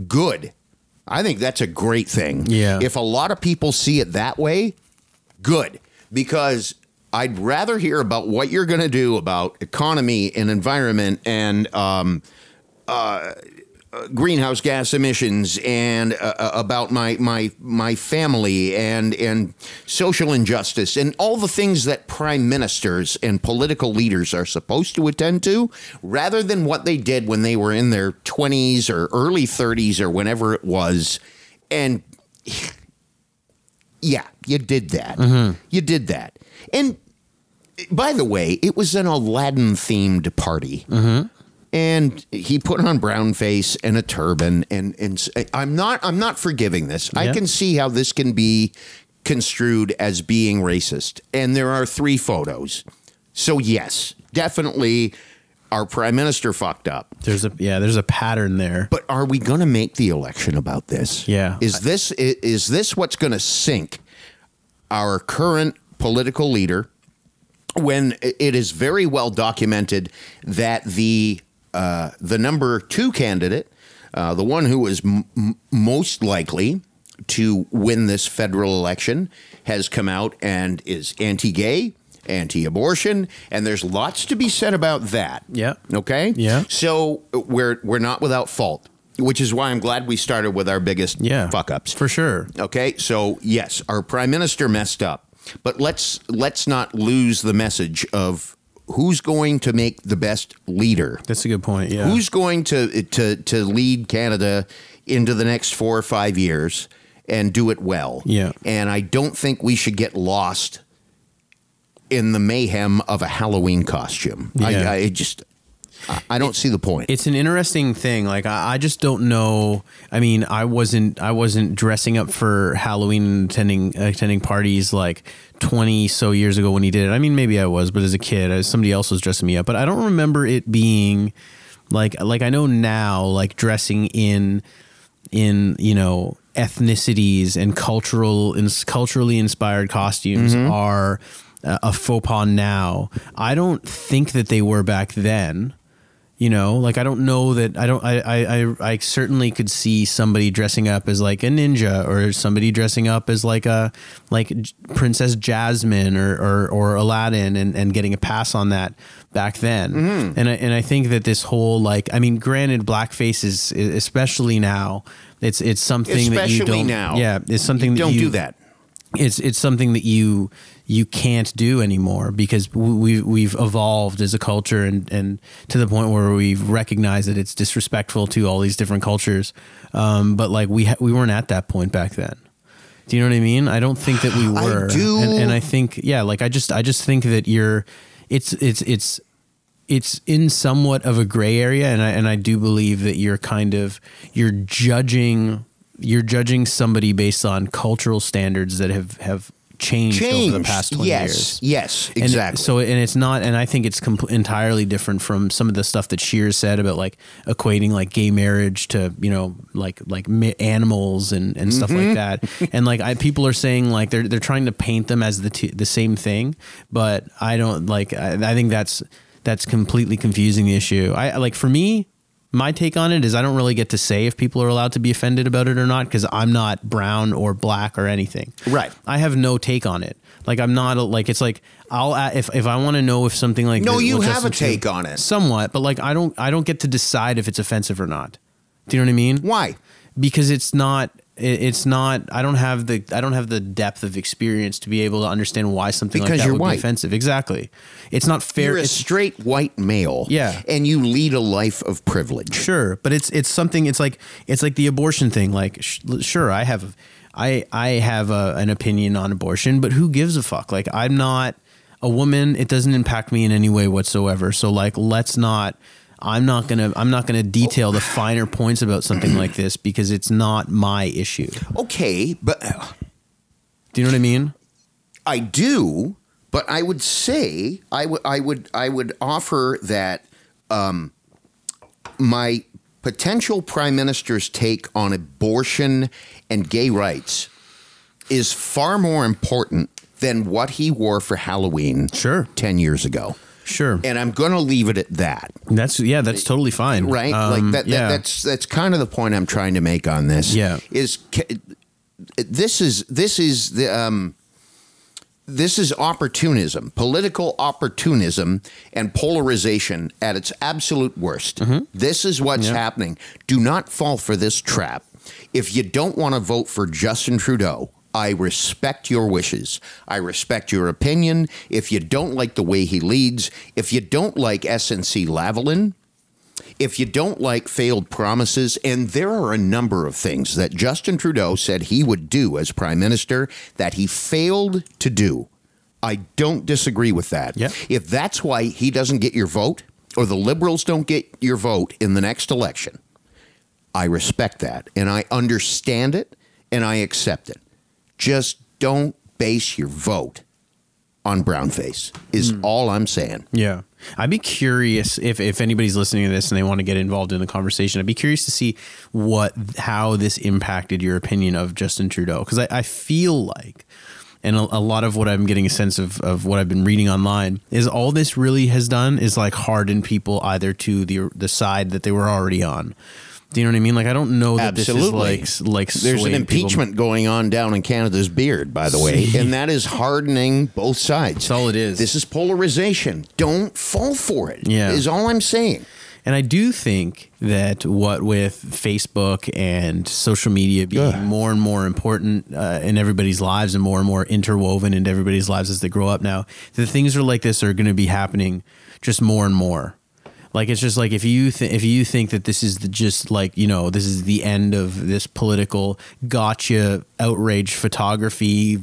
Speaker 1: good. I think that's a great thing.
Speaker 2: Yeah.
Speaker 1: If a lot of people see it that way, good because I'd rather hear about what you're going to do about economy and environment and um, uh, uh, greenhouse gas emissions and uh, uh, about my my my family and and social injustice and all the things that prime ministers and political leaders are supposed to attend to, rather than what they did when they were in their 20s or early 30s or whenever it was, and yeah, you did that. You did that. And by the way, it was an Aladdin themed party. And he put on brown face and a turban and and s- I'm not I'm not forgiving this. I
Speaker 2: Yeah.
Speaker 1: can see how this can be construed as being racist. And there are three photos. So yes, definitely our prime minister fucked up.
Speaker 2: There's a yeah, there's a pattern there.
Speaker 1: But are we going to make the election about this?
Speaker 2: Yeah.
Speaker 1: Is this i- is this what's going to sink our current political leader when i- it is very well documented that the uh, the number two candidate, uh, the one who is m- m- most likely to win this federal election, has come out and is anti-gay, anti-abortion, and there's lots to be said about that.
Speaker 2: Yeah.
Speaker 1: Okay.
Speaker 2: Yeah.
Speaker 1: So we're we're not without fault, which is why I'm glad we started with our biggest
Speaker 2: Yeah,
Speaker 1: fuck ups.
Speaker 2: for sure.
Speaker 1: Okay, so yes, our prime minister messed up, but let's let's not lose the message of who's going to make the best leader.
Speaker 2: That's a good point. Yeah,
Speaker 1: Who's going to to to lead Canada into the next four or five years and do it well?
Speaker 2: Yeah.
Speaker 1: and I don't think we should get lost in the mayhem of a Halloween costume.
Speaker 2: Yeah.
Speaker 1: I, I just I, I don't see the point.
Speaker 2: it's an interesting thing. Like I, I just don't know. I mean, I wasn't I wasn't dressing up for Halloween and attending attending parties like twenty so years ago when he did it. I mean, maybe I was, but as a kid, I, somebody else was dressing me up. But I don't remember it being like like I know now, like dressing in in you know ethnicities and cultural ins- culturally inspired costumes are uh, a faux pas now. I don't think that they were back then. You know, like I don't know that I don't I, I I I certainly could see somebody dressing up as like a ninja or somebody dressing up as like a like J- Princess Jasmine or or, or Aladdin and, and getting a pass on that back then.
Speaker 1: Mm-hmm.
Speaker 2: And I, and I think that this whole like I mean, granted, blackface is especially now it's it's something that you
Speaker 1: Especially
Speaker 2: don't
Speaker 1: now.
Speaker 2: yeah it's something that
Speaker 1: Don't
Speaker 2: you
Speaker 1: do that.
Speaker 2: it's it's something that you you can't do anymore because we we've evolved as a culture and and to the point where we've recognized that it's disrespectful to all these different cultures. Um, but like we ha- we weren't at that point back then. Do you know what I mean? I don't think that we
Speaker 1: I
Speaker 2: were.
Speaker 1: do.
Speaker 2: And, and I think yeah, like I just I just think that you're, it's it's it's it's in somewhat of a gray area and I and I do believe that you're kind of you're judging you're judging somebody based on cultural standards that have have changed, over the
Speaker 1: Changed.
Speaker 2: past 20
Speaker 1: yes.
Speaker 2: years.
Speaker 1: Yes.
Speaker 2: And
Speaker 1: Exactly.
Speaker 2: so and it's not and I think it's compl- entirely different from some of the stuff that Shears said about like equating like gay marriage to, you know, like like mi- animals and and stuff
Speaker 1: Mm-hmm.
Speaker 2: like that. and like I people are saying like they're they're trying to paint them as the t- the same thing, but I don't like I, I think that's that's completely confusing the issue. I like for me my take on it is I don't really get to say if people are allowed to be offended about it or not because I'm not brown or black or anything.
Speaker 1: Right.
Speaker 2: I have no take on it. Like I'm not a, like it's like I'll a- if if I want to know if something like
Speaker 1: No, you
Speaker 2: what
Speaker 1: have
Speaker 2: Justin
Speaker 1: a take
Speaker 2: Trudeau-
Speaker 1: on it.
Speaker 2: somewhat, but like I don't I don't get to decide if it's offensive or not. Do you know what I mean?
Speaker 1: Why?
Speaker 2: Because it's not it- it's not I don't have the I don't have the depth of experience to be able to understand why something like
Speaker 1: Because
Speaker 2: that
Speaker 1: you're
Speaker 2: would
Speaker 1: white.
Speaker 2: be offensive. Exactly. It's not fair.
Speaker 1: You're a
Speaker 2: it's-
Speaker 1: straight white male.
Speaker 2: Yeah.
Speaker 1: And you lead a life of privilege.
Speaker 2: sure but it's it's something it's like it's like the abortion thing like sh- sure i have i i have a, an opinion on abortion but who gives a fuck like i'm not a woman it doesn't impact me in any way whatsoever so like let's not i'm not gonna i'm not gonna detail the finer points about something like this because it's not my issue
Speaker 1: Okay, but uh,
Speaker 2: do you know what i mean
Speaker 1: I do. But I would say I would I would I would offer that um, my potential prime minister's take on abortion and gay rights is far more important than what he wore for Halloween
Speaker 2: Sure.
Speaker 1: 10 years ago.
Speaker 2: sure
Speaker 1: And I'm going to leave it at that.
Speaker 2: that's yeah that's totally fine
Speaker 1: right?
Speaker 2: Um,
Speaker 1: like that, that. That's that's kind of the point I'm trying to make on this.
Speaker 2: Yeah.
Speaker 1: is ca- this is this is the um, this is opportunism, political opportunism, and polarization at its absolute worst.
Speaker 2: Mm-hmm.
Speaker 1: This is what's happening. Do not fall for this trap. If you don't want to vote for Justin Trudeau. I respect your wishes. I respect your opinion. If you don't like the way he leads, if you don't like SNC Lavalin, if you don't like failed promises, and there are a number of things that Justin Trudeau said he would do as prime minister that he failed to do, I don't disagree with that.
Speaker 2: Yeah.
Speaker 1: If that's why he doesn't get your vote or the Liberals don't get your vote in the next election, I respect that and I understand it and I accept it. Just don't base your vote on brownface, is all I'm saying.
Speaker 2: Yeah. I'd be curious if, if anybody's listening to this and they want to get involved in the conversation, I'd be curious to see what how this impacted your opinion of Justin Trudeau. Because I, I feel like and a, a lot of what I'm getting a sense of, of what I've been reading online is all this really has done is like harden people either to the the side that they were already on. Do you know what I mean? Like I don't know that
Speaker 1: Absolutely.
Speaker 2: this is like like
Speaker 1: There's an
Speaker 2: swayed people-
Speaker 1: impeachment going on down in Canada's beard, by the way, and that is hardening both sides. That's
Speaker 2: all it is.
Speaker 1: This is polarization. Don't fall for it.
Speaker 2: Yeah.
Speaker 1: is all I'm saying.
Speaker 2: And I do think that what with Facebook and social media being
Speaker 1: Yeah.
Speaker 2: more and more important uh, in everybody's lives and more and more interwoven into everybody's lives as they grow up now, the things are like this are going to be happening just more and more. Like it's just like if you th- if you think that this is the just like you know this is the end of this political gotcha outrage photography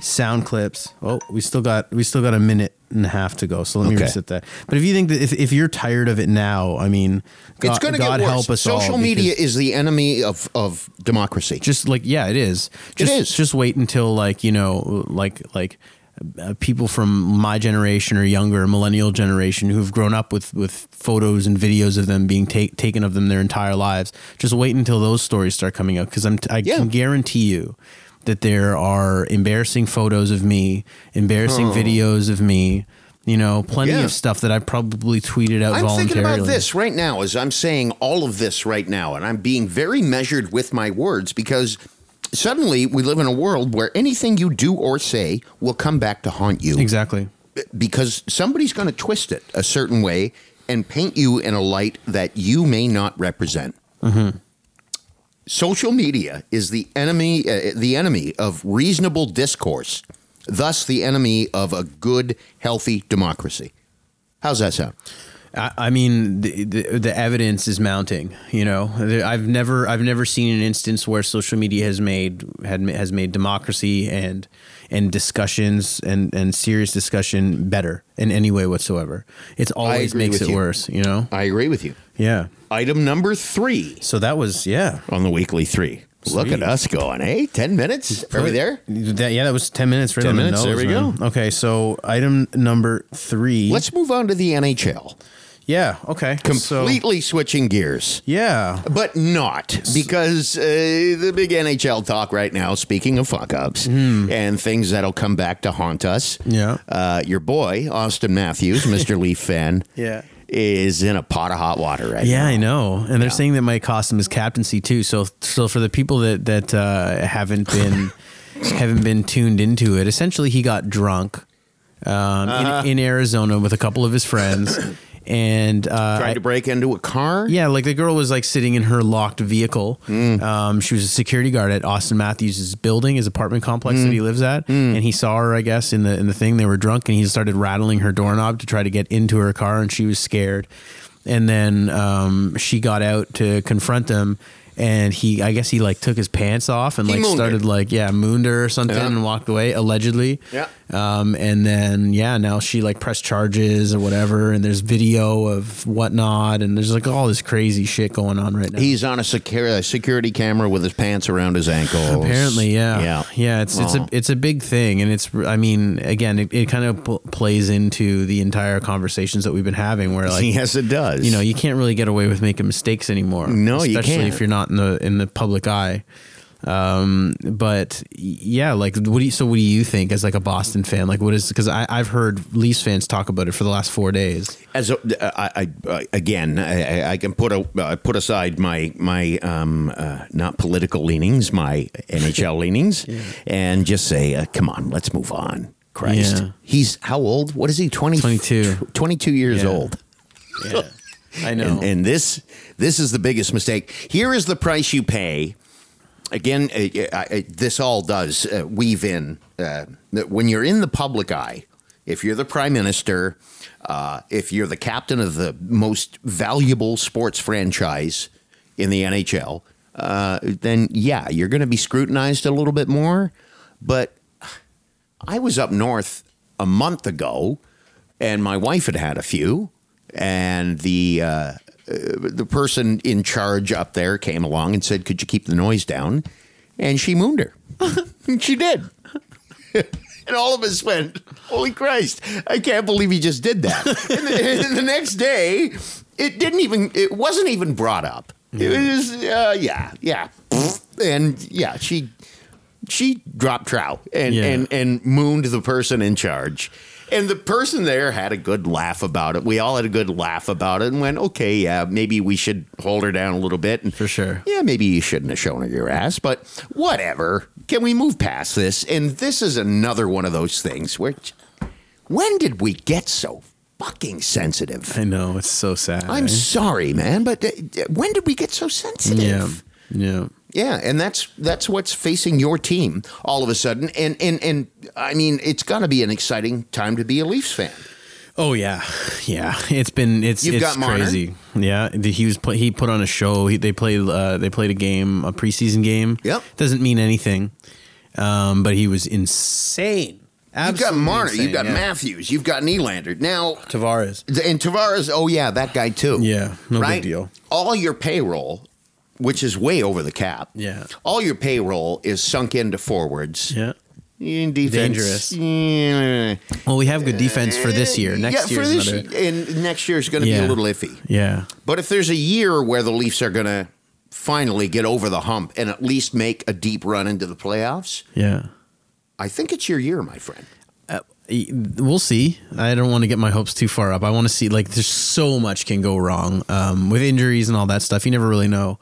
Speaker 2: sound clips. Oh, we still got we still got a minute and a half to go. So let me
Speaker 1: Okay.
Speaker 2: reset that. But if you think that if, if you're tired of it now, I mean, God,
Speaker 1: it's going to
Speaker 2: God
Speaker 1: get worse.
Speaker 2: help us all.
Speaker 1: Social
Speaker 2: because
Speaker 1: media is the enemy of of democracy.
Speaker 2: just like yeah, it is. Just,
Speaker 1: is.
Speaker 2: Just wait until like you know, like like uh, people from my generation or younger, millennial generation, who've grown up with with photos and videos of them being ta- taken of them their entire lives. Just wait until those stories start coming out because I'm t- I
Speaker 1: Yeah.
Speaker 2: can guarantee you that there are embarrassing photos of me, embarrassing videos of me. You know, plenty
Speaker 1: Oh. Yeah.
Speaker 2: of stuff that I probably tweeted out
Speaker 1: I'm thinking
Speaker 2: voluntarily.
Speaker 1: about this right now as I'm saying all of this right now, and I'm being very measured with my words because suddenly we live in a world where anything you do or say will come back to haunt you
Speaker 2: Exactly.
Speaker 1: because somebody's going to twist it a certain way and paint you in a light that you may not represent. Social media is the enemy, uh, the enemy of reasonable discourse, thus the enemy of a good, healthy democracy. How's that sound?
Speaker 2: I, I mean, the, the the evidence is mounting. You know, There- I've never I've never seen an instance where social media has made had ma- has made democracy and and discussions and and serious discussion better in any way whatsoever. It's always
Speaker 1: agree
Speaker 2: makes
Speaker 1: with
Speaker 2: it
Speaker 1: you.
Speaker 2: worse. You know.
Speaker 1: I agree with you.
Speaker 2: Yeah.
Speaker 1: Item number three
Speaker 2: So that was yeah.
Speaker 1: on the weekly three. Look at us going, hey, 10 minutes. Are we there?
Speaker 2: That, yeah, that was ten minutes. Right
Speaker 1: 10
Speaker 2: on the
Speaker 1: minutes, there
Speaker 2: nose,
Speaker 1: we go.
Speaker 2: man. Okay, so item number 3
Speaker 1: Let's move on to the NHL.
Speaker 2: yeah. Okay. So-
Speaker 1: Completely switching gears.
Speaker 2: yeah.
Speaker 1: but not because uh, the big NHL talk right now. Speaking of fuck ups and things that'll come back to haunt us,
Speaker 2: Hmm. Yeah.
Speaker 1: uh, your boy Austin Matthews, Mr. Leaf fan,
Speaker 2: Yeah.
Speaker 1: is in a pot of hot water right
Speaker 2: Yeah,
Speaker 1: now.
Speaker 2: I know, and they're saying that might cost him his captaincy too. So, so for the people that that uh, haven't been haven't been tuned into it, essentially he got drunk um, in, in Arizona with a couple of his friends, and uh,
Speaker 1: Tried to break into a car. Mm.
Speaker 2: yeah, like the girl was like sitting in her locked vehicle. Um, she was a security guard at Austin Matthews' building, his apartment complex that he
Speaker 1: Mm.
Speaker 2: lives at, and he saw her, I guess, in the in the thing. They were drunk, and he started rattling her doorknob to try to get into her car, and she was scared. And then um, she got out to confront him, and he, I guess, he like took his pants off and
Speaker 1: He
Speaker 2: like
Speaker 1: mooned her.
Speaker 2: started like yeah, mooned her or something,
Speaker 1: Yeah.
Speaker 2: and walked away allegedly.
Speaker 1: Yeah.
Speaker 2: Um, and then yeah, now she like pressed charges or whatever, and there's video of whatnot, and there's like all this crazy shit going on right now.
Speaker 1: He's on a, secu- a security camera with his pants around his ankles.
Speaker 2: Apparently, yeah,
Speaker 1: Yeah.
Speaker 2: It's it's a
Speaker 1: Aw.
Speaker 2: it's a big thing, and it's I mean, again, it, it kind of pl- plays into the entire conversations that we've been having, where like
Speaker 1: yes, it does.
Speaker 2: you know you can't really get away with making mistakes anymore.
Speaker 1: No, you
Speaker 2: especially
Speaker 1: can't.
Speaker 2: if you're not in the in the public eye. Um, but yeah, like what do you, so what do you think as like a Boston fan? Like what is, cause I, I've heard Leafs fans talk about it for the last four days.
Speaker 1: as a, uh, I, I, I again, I, I- I can put a uh, put aside my my um, uh, not political leanings, my NHL leanings, and just say, uh, come on, let's move on. Christ,
Speaker 2: Yeah.
Speaker 1: he's how old? What is he? 20,
Speaker 2: 22.
Speaker 1: 22 years
Speaker 2: Yeah.
Speaker 1: old.
Speaker 2: Yeah. I know.
Speaker 1: And, and this this is the biggest mistake. Here is the price you pay. Again, uh, I, I, this all does uh, weave in uh, that when you're in the public eye. If you're the prime minister, uh, if you're the captain of the most valuable sports franchise in the NHL, uh, then yeah, you're going to be scrutinized a little bit more. But I was up north a month ago, and my wife had had a few, and the uh, uh, the person in charge up there came along and said, "Could you keep the noise down?" And she mooned her. And she did. And all of us went, Holy Christ, I can't believe he just did that. and, the, and the next day, it didn't even, it wasn't even brought up. It was, uh, yeah, yeah. And yeah, she, she dropped trout and,
Speaker 2: Yeah.
Speaker 1: and, and mooned the person in charge. And the person there had a good laugh about it. We all had a good laugh about it and went, okay, yeah, maybe we should hold her down a little bit. And
Speaker 2: For sure.
Speaker 1: yeah, maybe you shouldn't have shown her your ass, but whatever. Can we move past this? And this is another one of those things where when did we get so fucking sensitive?
Speaker 2: I know. It's so sad.
Speaker 1: I'm
Speaker 2: right?
Speaker 1: sorry, man, but uh, uh, when did we get so sensitive?
Speaker 2: yeah. Yeah.
Speaker 1: Yeah, and that's that's what's facing your team all of a sudden. And and and I mean, it's got to be an exciting time to be a Leafs fan.
Speaker 2: Oh yeah, yeah. It's been it's
Speaker 1: You've
Speaker 2: it's
Speaker 1: got Marner?
Speaker 2: crazy. Yeah, the- he was play, he put on a show. He, they played uh, they played a game, a preseason game.
Speaker 1: Yep.
Speaker 2: doesn't mean anything, um, but he was insane.
Speaker 1: You've got
Speaker 2: Absolutely
Speaker 1: Marner,
Speaker 2: insane,
Speaker 1: you've got
Speaker 2: yeah.
Speaker 1: Matthews, you've got Nylander. Now,
Speaker 2: Tavares.
Speaker 1: and Tavares, oh yeah, that guy too.
Speaker 2: Yeah, no big
Speaker 1: right?
Speaker 2: deal.
Speaker 1: All your payroll, which is way over the cap.
Speaker 2: Yeah.
Speaker 1: All your payroll is sunk into forwards.
Speaker 2: Yeah,
Speaker 1: In defense.
Speaker 2: Dangerous.
Speaker 1: Yeah.
Speaker 2: Well, we have good defense for this year. Next
Speaker 1: yeah,
Speaker 2: year
Speaker 1: for
Speaker 2: is
Speaker 1: this,
Speaker 2: another.
Speaker 1: and next year is going to be
Speaker 2: Yeah.
Speaker 1: a little iffy.
Speaker 2: Yeah.
Speaker 1: But if there's a year where the Leafs are going to finally get over the hump and at least make a deep run into the playoffs,
Speaker 2: Yeah.
Speaker 1: I think it's your year, my friend.
Speaker 2: E- We'll see. I don't want to get my hopes too far up. I want to see like there's so much can go wrong um, with injuries and all that stuff. You never really know.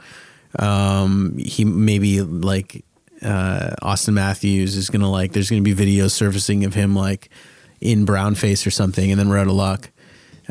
Speaker 2: Um, he maybe like uh, Austin Matthews is gonna like there's gonna be videos surfacing of him like in brown face or something, and then we're out of luck.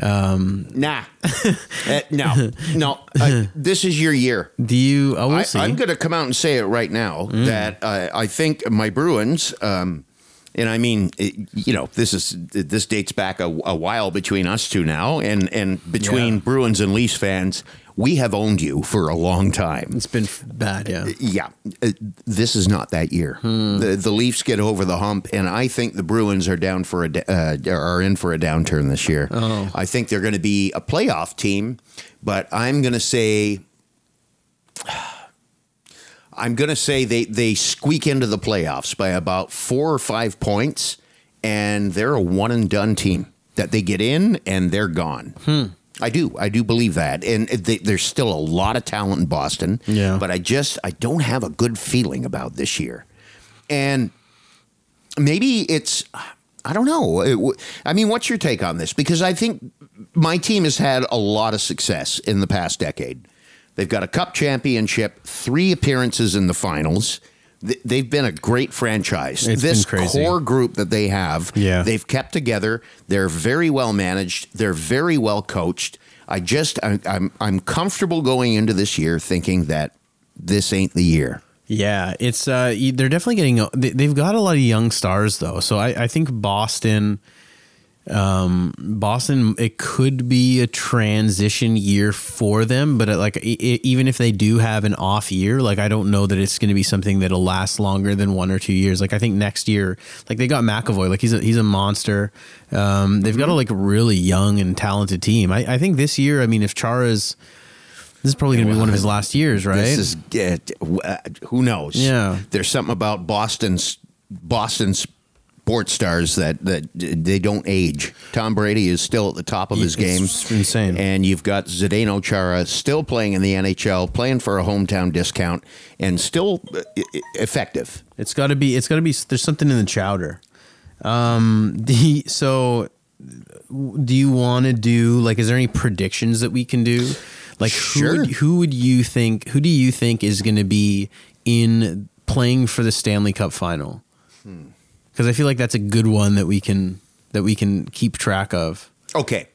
Speaker 1: Nah, Uh, no, no. Uh, this is your year.
Speaker 2: Do you? I will see.
Speaker 1: I, I'm going to come out and say it right now
Speaker 2: Mm.
Speaker 1: that uh, I think my Bruins, um, and I mean, it, you know, this is this dates back a, a while between us two now, and and between
Speaker 2: Yeah.
Speaker 1: Bruins and Leafs fans, we have owned you for a long time.
Speaker 2: It's been f- bad. Yeah. Hmm.
Speaker 1: Yeah, uh, this is not that year. The, the Leafs get over the hump, and I think the Bruins are down for a da- uh, are in for a downturn this year.
Speaker 2: Oh.
Speaker 1: I think they're going to be a playoff team, but I'm going to say I'm going to say they they squeak into the playoffs by about four or five points, and they're a one and done team that they get in and they're gone. I do, I do believe that, and they, there's still a lot of talent in Boston.
Speaker 2: Yeah.
Speaker 1: but I just I don't have a good feeling about this year, and maybe it's I don't know. It w- I mean, what's your take on this? Because I think my team has had a lot of success in the past decade. They've got a cup championship, three appearances in the finals. Th- They've been a great franchise.
Speaker 2: It's
Speaker 1: this
Speaker 2: been crazy.
Speaker 1: core group that they have,
Speaker 2: Yeah.
Speaker 1: they've kept together. They're very well managed. They're very well coached. I just I, I'm I'm comfortable going into this year thinking that this ain't the year.
Speaker 2: Yeah, it's uh, you- they're definitely getting. they- They've got a lot of young stars though, so I, I think Boston, um, Boston, it could be a transition year for them. But uh, like, e- e- even if they do have an off year, like I don't know that it's going to be something that'll last longer than one or two years. Like I think next year, like they got McAvoy, like he's a, he's a monster. Um, they've got
Speaker 1: Mm-hmm.
Speaker 2: a like really young and talented team. I, I think this year, I mean, if Chara's this is probably going to be one of his last years, right?
Speaker 1: This is uh, d- w- uh, who knows.
Speaker 2: Yeah.
Speaker 1: there's something about Boston's Boston's sports stars that that d- they don't age. Tom Brady is still at the top of his game.
Speaker 2: It's insane.
Speaker 1: And you've got Zdeno Chara still playing in the NHL, playing for a hometown discount, and still uh, i- i- effective.
Speaker 2: It's got to be. It's got to be. There's something in the chowder. Um. The, so, do you want to do like? Is there any predictions that we can do? Like,
Speaker 1: Sure.
Speaker 2: who would, who would you think? Who do you think is going to be in playing for the Stanley Cup final? Because I feel like that's a good one that we can that we can keep track of.
Speaker 1: Okay,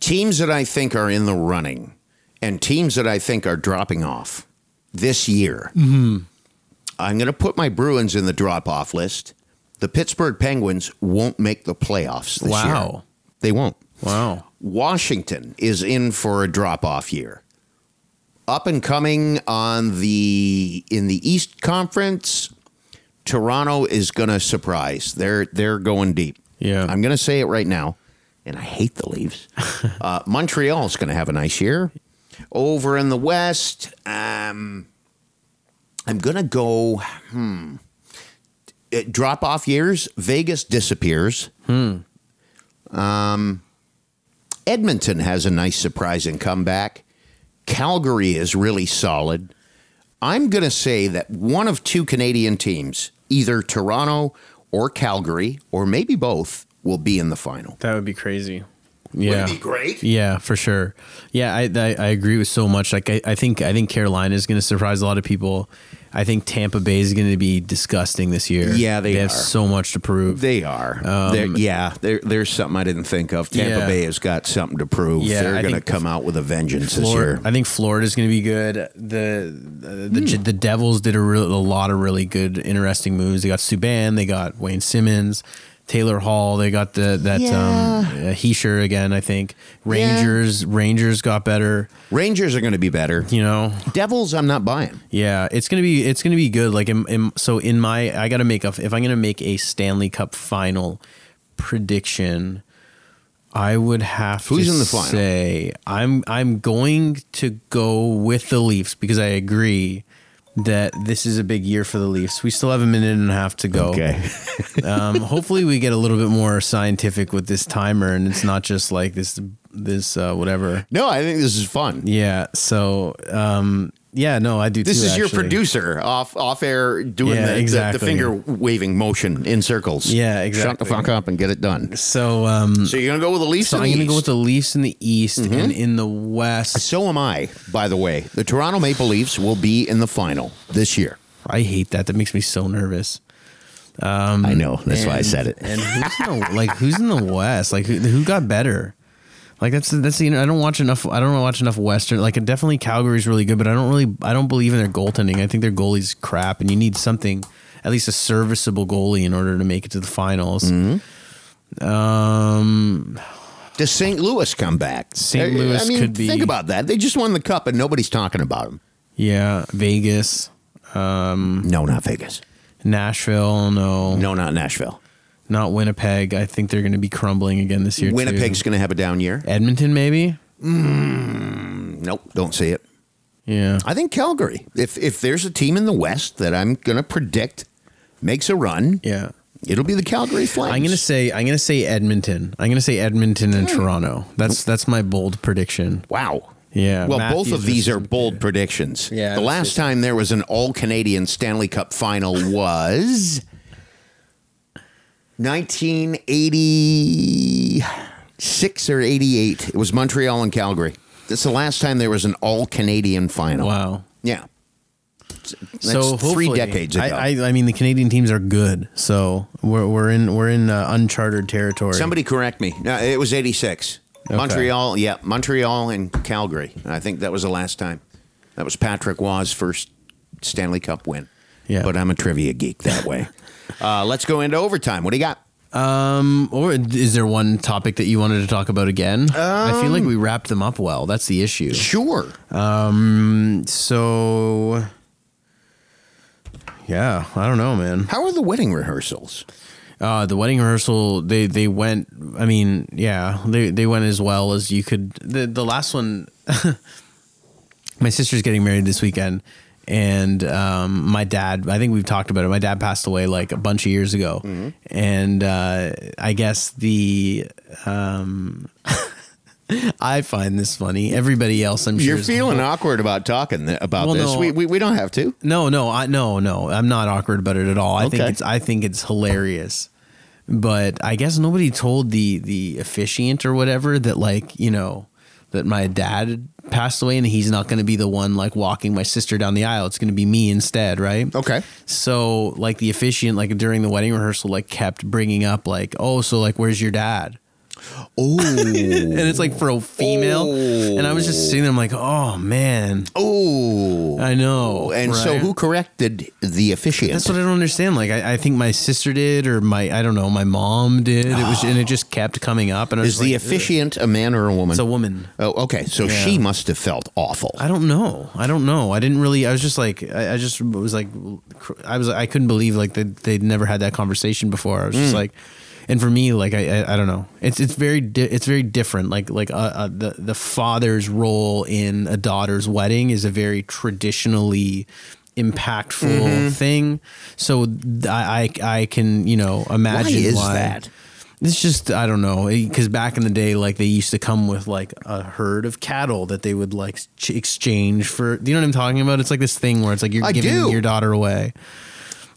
Speaker 1: teams that I think are in the running, and teams that I think are dropping off this year. I'm going to put my Bruins in the drop off list. The Pittsburgh Penguins won't make the playoffs this year.
Speaker 2: Wow.
Speaker 1: They won't.
Speaker 2: Wow.
Speaker 1: Washington is in for a drop off year. Up and coming on the in the East Conference, Toronto is going to surprise. They're they're going deep.
Speaker 2: Yeah.
Speaker 1: I'm going to say it right now, and I hate the Leafs. uh, Montreal is going to have a nice year. Over in the West, um, I'm going to go. Hmm. Drop off years. Vegas disappears. Edmonton has a nice surprising comeback. Calgary is really solid. I'm going to say that one of two Canadian teams, either Toronto or Calgary, or maybe both, will be in the final.
Speaker 2: That would be crazy. Yeah.
Speaker 1: Wouldn't it be great?
Speaker 2: Yeah, for sure. Yeah, I I, I agree with so much. Like I, I think I think Carolina is going to surprise a lot of people. I think Tampa Bay is going to be disgusting this year.
Speaker 1: Yeah, they
Speaker 2: have
Speaker 1: are.
Speaker 2: so much to prove.
Speaker 1: They are. They're- yeah, they're- there's something I didn't think of. Tampa
Speaker 2: Um, Yeah.
Speaker 1: Bay has got something to prove.
Speaker 2: Yeah,
Speaker 1: they're
Speaker 2: I
Speaker 1: going to
Speaker 2: think
Speaker 1: come out with a vengeance this
Speaker 2: Florida,
Speaker 1: year. Hmm.
Speaker 2: I think Florida's going to be good. The the, the, the Devils did a real, a lot of really good, interesting moves. They got Subban, they got Wayne Simmons, Taylor Hall. They got the that um, uh, Heischer again. I think Rangers Rangers got better.
Speaker 1: Rangers are going to be better.
Speaker 2: You know,
Speaker 1: Devils, I'm not buying.
Speaker 2: Yeah, it's gonna be it's gonna be good. Like, in, in, so in my, I gotta make a if I'm gonna make a Stanley Cup final prediction, I would have
Speaker 1: Who's
Speaker 2: to
Speaker 1: in the final?
Speaker 2: say I'm I'm going to go with the Leafs because I agree that this is a big year for the Leafs. We still have a minute and a half to go.
Speaker 4: Okay.
Speaker 2: um, hopefully, we get a little bit more scientific with this timer, and it's not just like this this uh, whatever.
Speaker 1: No, I think this is fun.
Speaker 2: Yeah. So, um, yeah, no, I do.
Speaker 1: This
Speaker 2: too,
Speaker 1: is your
Speaker 2: actually.
Speaker 1: producer off off air doing
Speaker 2: Yeah,
Speaker 1: the- the,
Speaker 2: exactly.
Speaker 1: the finger waving motion in circles.
Speaker 2: Yeah,
Speaker 1: Shut the
Speaker 2: exactly.
Speaker 1: fuck up and get it done.
Speaker 2: So, um,
Speaker 1: So you're gonna go with the Leafs.
Speaker 2: so
Speaker 1: in
Speaker 2: I'm
Speaker 1: the
Speaker 2: going to go with
Speaker 1: East?
Speaker 2: the Mm-hmm. Leafs in the East and in the West.
Speaker 1: So am I. By the way, the Toronto Maple Leafs will be in the final this year.
Speaker 2: I hate that. That makes me so nervous.
Speaker 4: I know. That's why I said it.
Speaker 2: Um, And who's in the, like who's in the West? Like who, who got better? Like that's that's you know I don't watch enough. I don't watch enough Western. Like definitely Calgary's really good, but I don't really I don't believe in their goaltending. I think their goalie's crap, and you need something at least a serviceable goalie in order to make it to the finals. Um,
Speaker 1: Does St. Louis come back?
Speaker 2: St.
Speaker 1: I-
Speaker 2: Louis
Speaker 1: I mean,
Speaker 2: could be-
Speaker 1: Think about that. They just won the cup and nobody's talking about them.
Speaker 2: yeah, Vegas, Mm.
Speaker 1: No, not Vegas.
Speaker 2: Nashville, no,
Speaker 1: No, not Nashville.
Speaker 2: not Winnipeg. I think they're going to be crumbling again this year. too.
Speaker 1: Winnipeg's going to have a down year.
Speaker 2: Edmonton, maybe.
Speaker 1: Nope, don't see it.
Speaker 2: Yeah,
Speaker 1: I think Calgary. If if there's a team in the West that I'm going to predict makes a run,
Speaker 2: yeah.
Speaker 1: it'll be the Calgary Flames.
Speaker 2: I'm gonna say I'm gonna say Edmonton. I'm gonna say Edmonton and Toronto. That's that's my bold prediction.
Speaker 1: Wow.
Speaker 2: Yeah,
Speaker 1: Well,
Speaker 2: Matthews
Speaker 1: both of
Speaker 2: was-
Speaker 1: these are bold predictions. The
Speaker 2: Yeah, that's
Speaker 1: last
Speaker 2: just-
Speaker 1: time there was an all Canadian Stanley Cup final was 1986 or 88. It was Montreal and Calgary. That's the last time there was an all Canadian final.
Speaker 2: Wow.
Speaker 1: Yeah. That's
Speaker 2: so
Speaker 1: three
Speaker 2: hopefully-
Speaker 1: decades ago.
Speaker 2: I, I I mean the Canadian teams are good, so we're we're in we're in uh, uncharted territory.
Speaker 1: Somebody correct me. No, it was 86. Montreal, yeah, Montreal and Calgary. I think that was the last time. That was Patrick Waugh's first Stanley Cup win.
Speaker 2: Yeah.
Speaker 1: But I'm a trivia geek that way. uh, let's go into overtime. What do you got?
Speaker 2: um, or is there one topic that you wanted to talk about again? I feel like
Speaker 1: Um,
Speaker 2: we wrapped them up well. That's the issue.
Speaker 1: Sure.
Speaker 2: So. Yeah, I don't know, man.
Speaker 1: How are the wedding rehearsals?
Speaker 2: Uh, the wedding rehearsal, they they went. I mean, yeah, they they went as well as you could. The the last one, my sister's getting married this weekend, and um, my dad. I think we've talked about it. My dad passed away like a bunch of years ago, and uh, I guess the. Um, I find this funny. Everybody else, I'm sure,
Speaker 1: You're
Speaker 2: is-
Speaker 1: feeling awkward about talking th- about
Speaker 2: Well,
Speaker 1: this.
Speaker 2: no.
Speaker 1: We, we, we don't have to.
Speaker 2: No, no, I no, no. I'm not awkward about it at all. I think
Speaker 1: Okay.
Speaker 2: it's I think it's hilarious. But I guess nobody told the the officiant or whatever that like, you know, that my dad passed away and he's not going to be the one like walking my sister down the aisle. It's going to be me instead, right?
Speaker 1: Okay.
Speaker 2: So like the officiant like during the wedding rehearsal like kept bringing up like, "Oh, so like where's your dad?"
Speaker 1: Oh.
Speaker 2: And it's like for a female. And I was just sitting there I'm like, "Oh, man.
Speaker 1: oh.
Speaker 2: I know."
Speaker 1: And so
Speaker 2: right?
Speaker 1: who corrected the officiant?
Speaker 2: That's what I don't understand. Like I, I think my sister did, or my I don't know, my mom did. It was and it just kept coming up. And I was
Speaker 1: Is the
Speaker 2: like, "Ugh."
Speaker 1: officiant a man or a woman?
Speaker 2: It's a woman.
Speaker 1: Oh, okay. So she must have felt awful.
Speaker 2: I don't know. I don't know. I didn't really. I was just like, I, I just was like, cr- I was. I couldn't believe like they they'd never had that conversation before. I was
Speaker 1: Hmm.
Speaker 2: just like, and for me, like I I, I don't know. It's it's very di- it's very different. Like like uh, uh, the the father's role in a daughter's wedding is a very traditionally impactful
Speaker 1: Mm-hmm.
Speaker 2: thing. So th- I, I I can you know imagine
Speaker 1: is that?
Speaker 2: It's just I don't know because back in the day, like they used to come with like a herd of cattle that they would like ch- exchange for. Do you know what I'm talking about? It's like this thing where it's like you're
Speaker 1: I
Speaker 2: giving
Speaker 1: do.
Speaker 2: your daughter away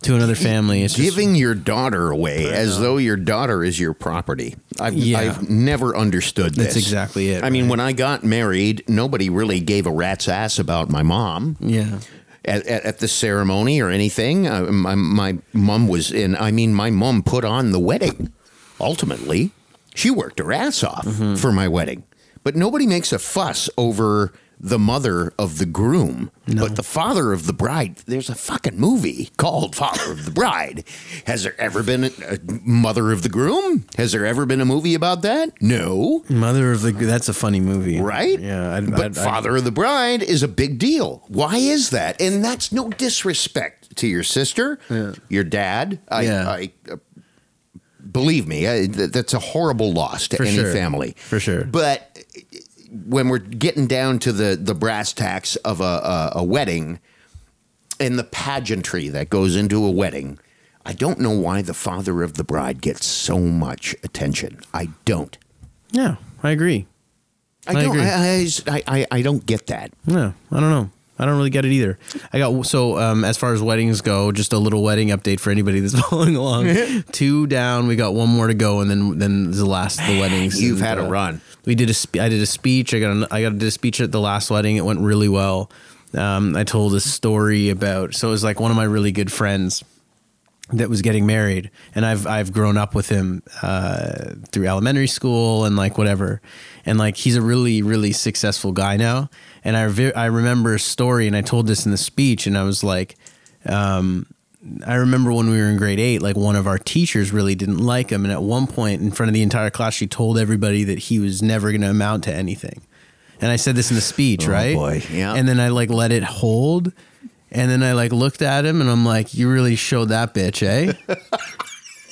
Speaker 2: to another family. It's just,
Speaker 1: Giving your daughter away as though your daughter is your property. I've,
Speaker 2: Yeah.
Speaker 1: I've never understood this.
Speaker 2: That's exactly it,
Speaker 1: I mean, when I got married, nobody really gave a rat's ass about my mom.
Speaker 2: yeah,
Speaker 1: At, at, at the ceremony or anything, uh, my my mom was in. I mean, my mom put on the wedding. Ultimately, she worked her ass off for my wedding, but nobody makes a fuss over the mother of the groom, but the father of the bride. There's a fucking movie called Father of the Bride. Has there ever been a, a mother of the groom? Has there ever been a movie about that? No.
Speaker 2: mother of the. That's a funny movie,
Speaker 1: Right?
Speaker 2: Yeah, I'd,
Speaker 1: but
Speaker 2: I'd- I'd-
Speaker 1: Father of the Bride is a big deal. Why is that? And that's no disrespect to your sister, your dad. I,
Speaker 2: Yeah.
Speaker 1: I, uh, believe me, I, th- that's a horrible loss to
Speaker 2: For
Speaker 1: any
Speaker 2: sure.
Speaker 1: family.
Speaker 2: For sure.
Speaker 1: But when we're getting down to the, the brass tacks of a, a, a wedding, and the pageantry that goes into a wedding. I don't know why the father of the bride gets so much attention. I don't.
Speaker 2: Yeah, I agree.
Speaker 1: I,
Speaker 2: I
Speaker 1: don't.
Speaker 2: agree.
Speaker 1: I, I, I, I don't get that.
Speaker 2: No, I don't know. I don't really get it either. I got so um, as far as weddings go, just a little wedding update for anybody that's following along. Two down, we got one more to go, and then then the last of the weddings.
Speaker 1: You've
Speaker 2: And,
Speaker 1: had a
Speaker 2: uh,
Speaker 1: run.
Speaker 2: We did a spe- I did a speech. I got an, I got did a speech at the last wedding. It went really well. Um, I told a story about so it was like one of my really good friends that was getting married, and I've I've grown up with him uh, through elementary school and like whatever, and like he's a really really successful guy now. And I ve- I remember a story, and I told this in the speech, and I was like, um, I remember when we were in grade eight, like one of our teachers really didn't like him. And at one point in front of the entire class, she told everybody that he was never going to amount to anything. And I said this in the speech, right?
Speaker 4: boy.
Speaker 1: Yeah.
Speaker 2: And then I like let it hold. And then I like looked at him and I'm like, you really showed that bitch, eh?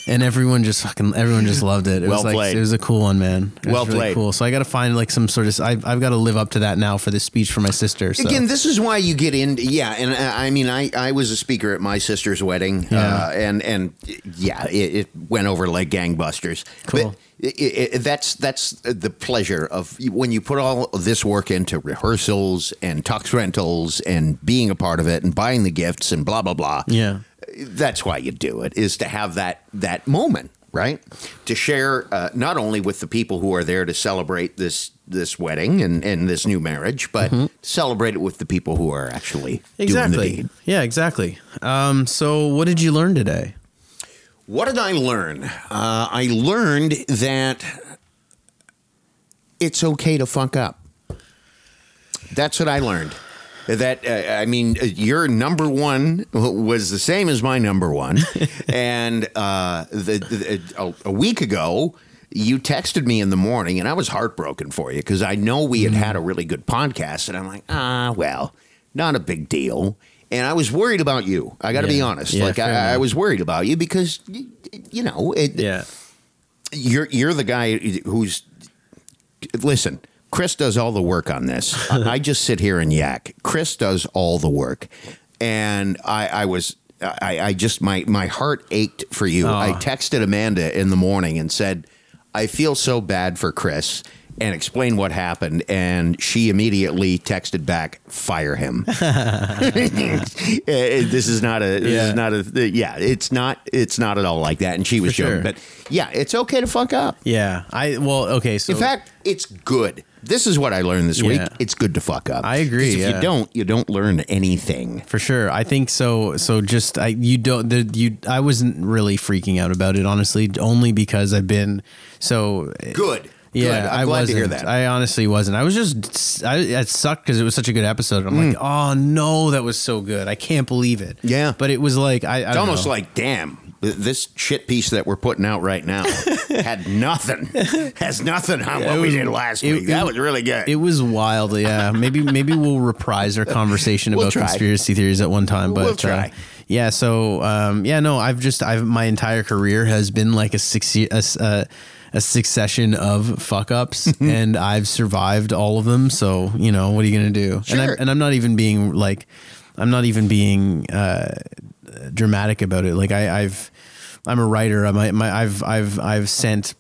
Speaker 2: and everyone just fucking, everyone just loved it. It
Speaker 1: Well
Speaker 2: was like,
Speaker 1: played.
Speaker 2: it was a cool one, man. It
Speaker 1: Well
Speaker 2: was really
Speaker 1: played.
Speaker 2: cool. So I got to find like some sort of, I've, I've got to live up to that now for this speech for my sister. So.
Speaker 1: Again, this is why you get in. Yeah, and uh, I, I mean, I, I was a speaker at my sister's wedding,
Speaker 2: Yeah.
Speaker 1: uh, and and yeah, it, it went over like gangbusters.
Speaker 2: Cool.
Speaker 1: But i i i- that's that's the pleasure of when you put all of this work into rehearsals and tux rentals and being a part of it and buying the gifts and blah blah blah.
Speaker 2: yeah.
Speaker 1: that's why you do it is to have that that moment right to share uh, not only with the people who are there to celebrate this this wedding and and this new marriage but celebrate it with the people who are actually doing the
Speaker 2: Exactly.
Speaker 1: deed
Speaker 2: Yeah, exactly. Um, so, what did you learn today?
Speaker 1: what did i learn uh, i learned that it's okay to fuck up that's what i learned that uh, i mean your number one was the same as my number one and uh, the, the, a, a week ago you texted me in the morning and i was heartbroken for you because i know we had had a
Speaker 2: Mm-hmm.
Speaker 1: really good podcast and i'm like ah well not a big deal and i was worried about you i gotta be
Speaker 2: Yeah.
Speaker 1: honest
Speaker 2: Yeah,
Speaker 1: like
Speaker 2: fair
Speaker 1: I, I
Speaker 2: enough.
Speaker 1: was worried about you because y- you know it,
Speaker 2: Yeah.
Speaker 1: you're you're the guy who's listen. Chris does all the work on this. I I just sit here and yak. Chris does all the work, and I, I was. I, I just my my heart ached for you. I texted Amanda in the morning and said, "I feel so bad for Chris," and explained what happened. And she immediately texted back, "Fire him." Eh, eh, this is not a. This
Speaker 2: Yeah.
Speaker 1: is not a. Yeah, it's not. It's not at all like that. And she was
Speaker 2: For
Speaker 1: joking,
Speaker 2: sure.
Speaker 1: but yeah, it's okay to fuck up.
Speaker 2: Yeah. I well, okay. So
Speaker 1: In fact, it's good. This is what I learned this week.
Speaker 2: Yeah.
Speaker 1: It's good to fuck up.
Speaker 2: I agree,
Speaker 1: 'Cause If
Speaker 2: yeah.
Speaker 1: you don't, you don't learn anything.
Speaker 2: for sure, I think so. So just I you don't the, you I wasn't really freaking out about it honestly, only because I've been so
Speaker 1: Good.
Speaker 2: Yeah,
Speaker 1: good. I'm
Speaker 2: I
Speaker 1: glad
Speaker 2: wasn't.
Speaker 1: to hear that.
Speaker 2: I honestly wasn't. I was just I it sucked because it was such a good episode. I'm like, oh no, that was so good. I can't believe it.
Speaker 1: Hmm. Yeah.
Speaker 2: but it was like I, I
Speaker 1: it's
Speaker 2: don't
Speaker 1: almost
Speaker 2: know.
Speaker 1: like, damn, th- this shit piece that we're putting out right now had nothing, has nothing on what
Speaker 2: it
Speaker 1: we
Speaker 2: was-
Speaker 1: did last
Speaker 2: it-
Speaker 1: week.
Speaker 2: it-
Speaker 1: that was really good.
Speaker 2: It was wild, yeah. Maybe maybe we'll reprise our conversation
Speaker 1: We'll
Speaker 2: about
Speaker 1: try.
Speaker 2: conspiracy theories at one time. But
Speaker 1: We'll try.
Speaker 2: Uh, yeah, so um, yeah, no, I've just I've my entire career has been like a six a, s- uh, a succession of fuck ups, and I've survived all of them. So you know, what are you gonna do? And
Speaker 1: Sure.
Speaker 2: I'm and I'm not even being like, I'm not even being uh, dramatic about it. Like I, I've. I'm a writer. I'm, I, my, I've I've I've sent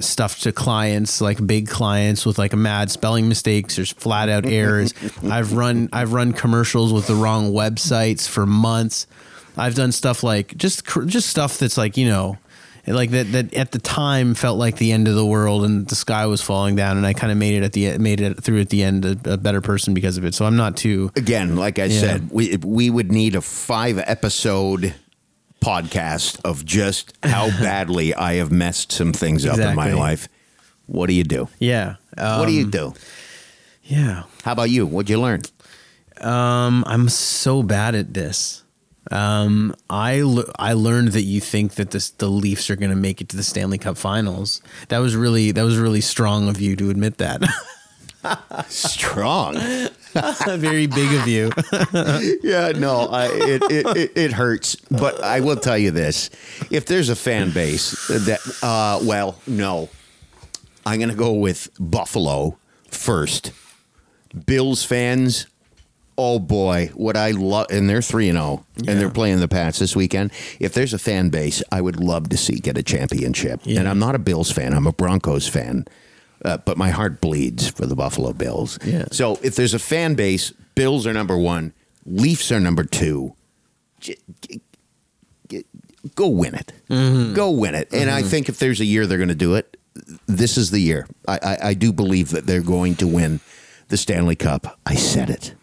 Speaker 2: stuff to clients, like big clients with like mad spelling mistakes or flat out errors. I've run I've run commercials with the wrong websites for months. I've done stuff like just cr- just stuff that's like you know, like that that at the time felt like the end of the world and the sky was falling down, and I kind of made it at the e- made it through at the end a, a better person because of it. So I'm not too
Speaker 1: Again, like I said, we we would need a five episode podcast of just how badly I have messed some things up in my
Speaker 2: Exactly.
Speaker 1: life. What do you do?
Speaker 2: yeah.
Speaker 1: what
Speaker 2: Um,
Speaker 1: do you do?
Speaker 2: yeah.
Speaker 1: How about you? What'd you learn?
Speaker 2: Um, I'm so bad at this. Um, I l- I learned that you think that this, the Leafs are going to make it to the Stanley Cup Finals. That was really that was really strong of you to admit that.
Speaker 1: Strong.
Speaker 2: Very big of you.
Speaker 1: yeah, no, I, it, it, it, it hurts. But I will tell you this if there's a fan base that, uh, well, no, I'm going to go with Buffalo first. Bills fans, oh boy, what I love, and they're three and zero, and they're playing the Pats this weekend. If there's a fan base, I would love to see get a championship. And I'm not a Bills fan; I'm a Broncos fan, uh, but my heart bleeds for the Buffalo Bills.
Speaker 4: Yeah.
Speaker 1: So if there's a fan base, Bills are number one, Leafs are number two. J- g- g- Go win it. Go win it. And I think if there's a year they're going to do it, this is the year. I, I, I do believe that they're going to win the Stanley Cup. I said it.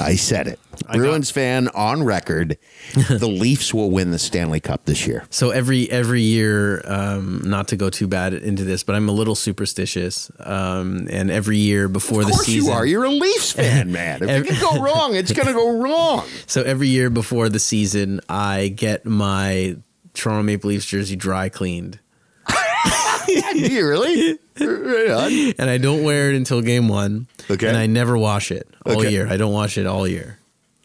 Speaker 1: I said it. Bruins fan on record. the Leafs will win the Stanley Cup this year.
Speaker 2: So every every year, um, not to go too bad into this, but I'm a little superstitious, um, and every year before
Speaker 1: Of
Speaker 2: the
Speaker 1: course
Speaker 2: season,
Speaker 1: you are. You're a Leafs fan, man. If it can go wrong, it's going to go wrong.
Speaker 2: so every year before the season, I get my Toronto Maple Leafs jersey dry cleaned,
Speaker 1: You really? Right on.
Speaker 2: and I don't wear it until game one.
Speaker 1: Okay.
Speaker 2: and I never wash it all
Speaker 1: Okay.
Speaker 2: year. I don't wash it all year.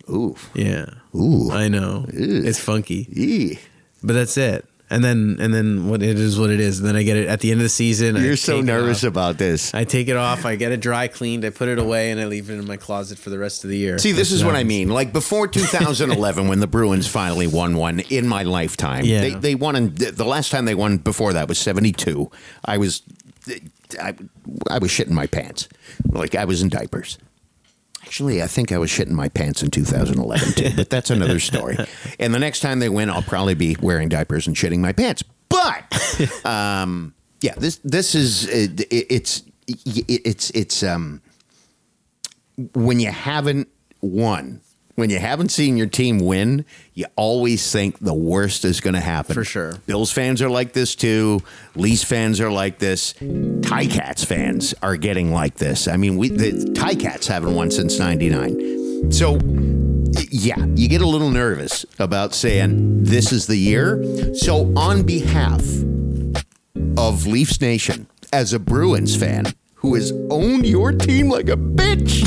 Speaker 1: Ooh.
Speaker 2: Yeah,
Speaker 1: Ooh.
Speaker 2: I know it's funky.
Speaker 1: Eee.
Speaker 2: but that's it. And then and then what it is what it is. And then I get it at the end of the season. I
Speaker 1: You're so
Speaker 2: take it
Speaker 1: nervous
Speaker 2: off.
Speaker 1: about this.
Speaker 2: I take it off. I get it dry cleaned. I put it away, and I leave it in my closet for the rest of the year.
Speaker 1: See, this
Speaker 2: That's
Speaker 1: is what I
Speaker 2: happens.
Speaker 1: mean. Like before 2011, when the Bruins finally won one in my lifetime,
Speaker 2: Yeah.
Speaker 1: they, they won. In, the last time they won before that was 72. I was, I, I was shitting my pants. Like I was in diapers. Actually, I think I was shitting my pants in 2011 too, but that's another story. And the next time they win, I'll probably be wearing diapers and shitting my pants. But, um, yeah, this this is it, it's it's it's um when you haven't won, when you haven't seen your team win, you always think the worst is going to happen.
Speaker 2: For sure.
Speaker 1: Bills fans are like this too. Leafs fans are like this. Tie Cats fans are getting like this. I mean, we the Tie Cats haven't won since 99. So yeah, you get a little nervous about saying this is the year. So on behalf of Leafs Nation, as a Bruins fan who has owned your team like a bitch,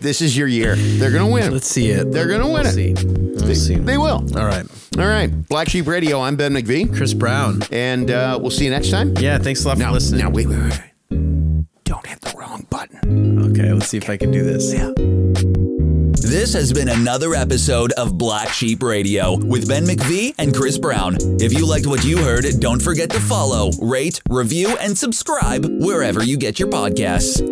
Speaker 1: this is your year. They're going to win.
Speaker 2: Let's see it.
Speaker 1: They're gonna win
Speaker 2: Let's
Speaker 1: it.
Speaker 2: See. Let's see.
Speaker 1: They will.
Speaker 2: All right,
Speaker 1: All right. Black Sheep Radio, I'm Ben McVie,
Speaker 2: Chris Brown.
Speaker 1: and uh, we'll see you next time.
Speaker 2: Yeah, thanks a lot for
Speaker 1: Now,
Speaker 2: listening.
Speaker 1: now wait, wait, wait. wait. Don't hit the wrong button.
Speaker 2: Okay, let's see if I can do this.
Speaker 1: Yeah.
Speaker 3: This has been another episode of Black Sheep Radio with Ben McVee and Chris Brown. If you liked what you heard, don't forget to follow, rate, review, and subscribe wherever you get your podcasts.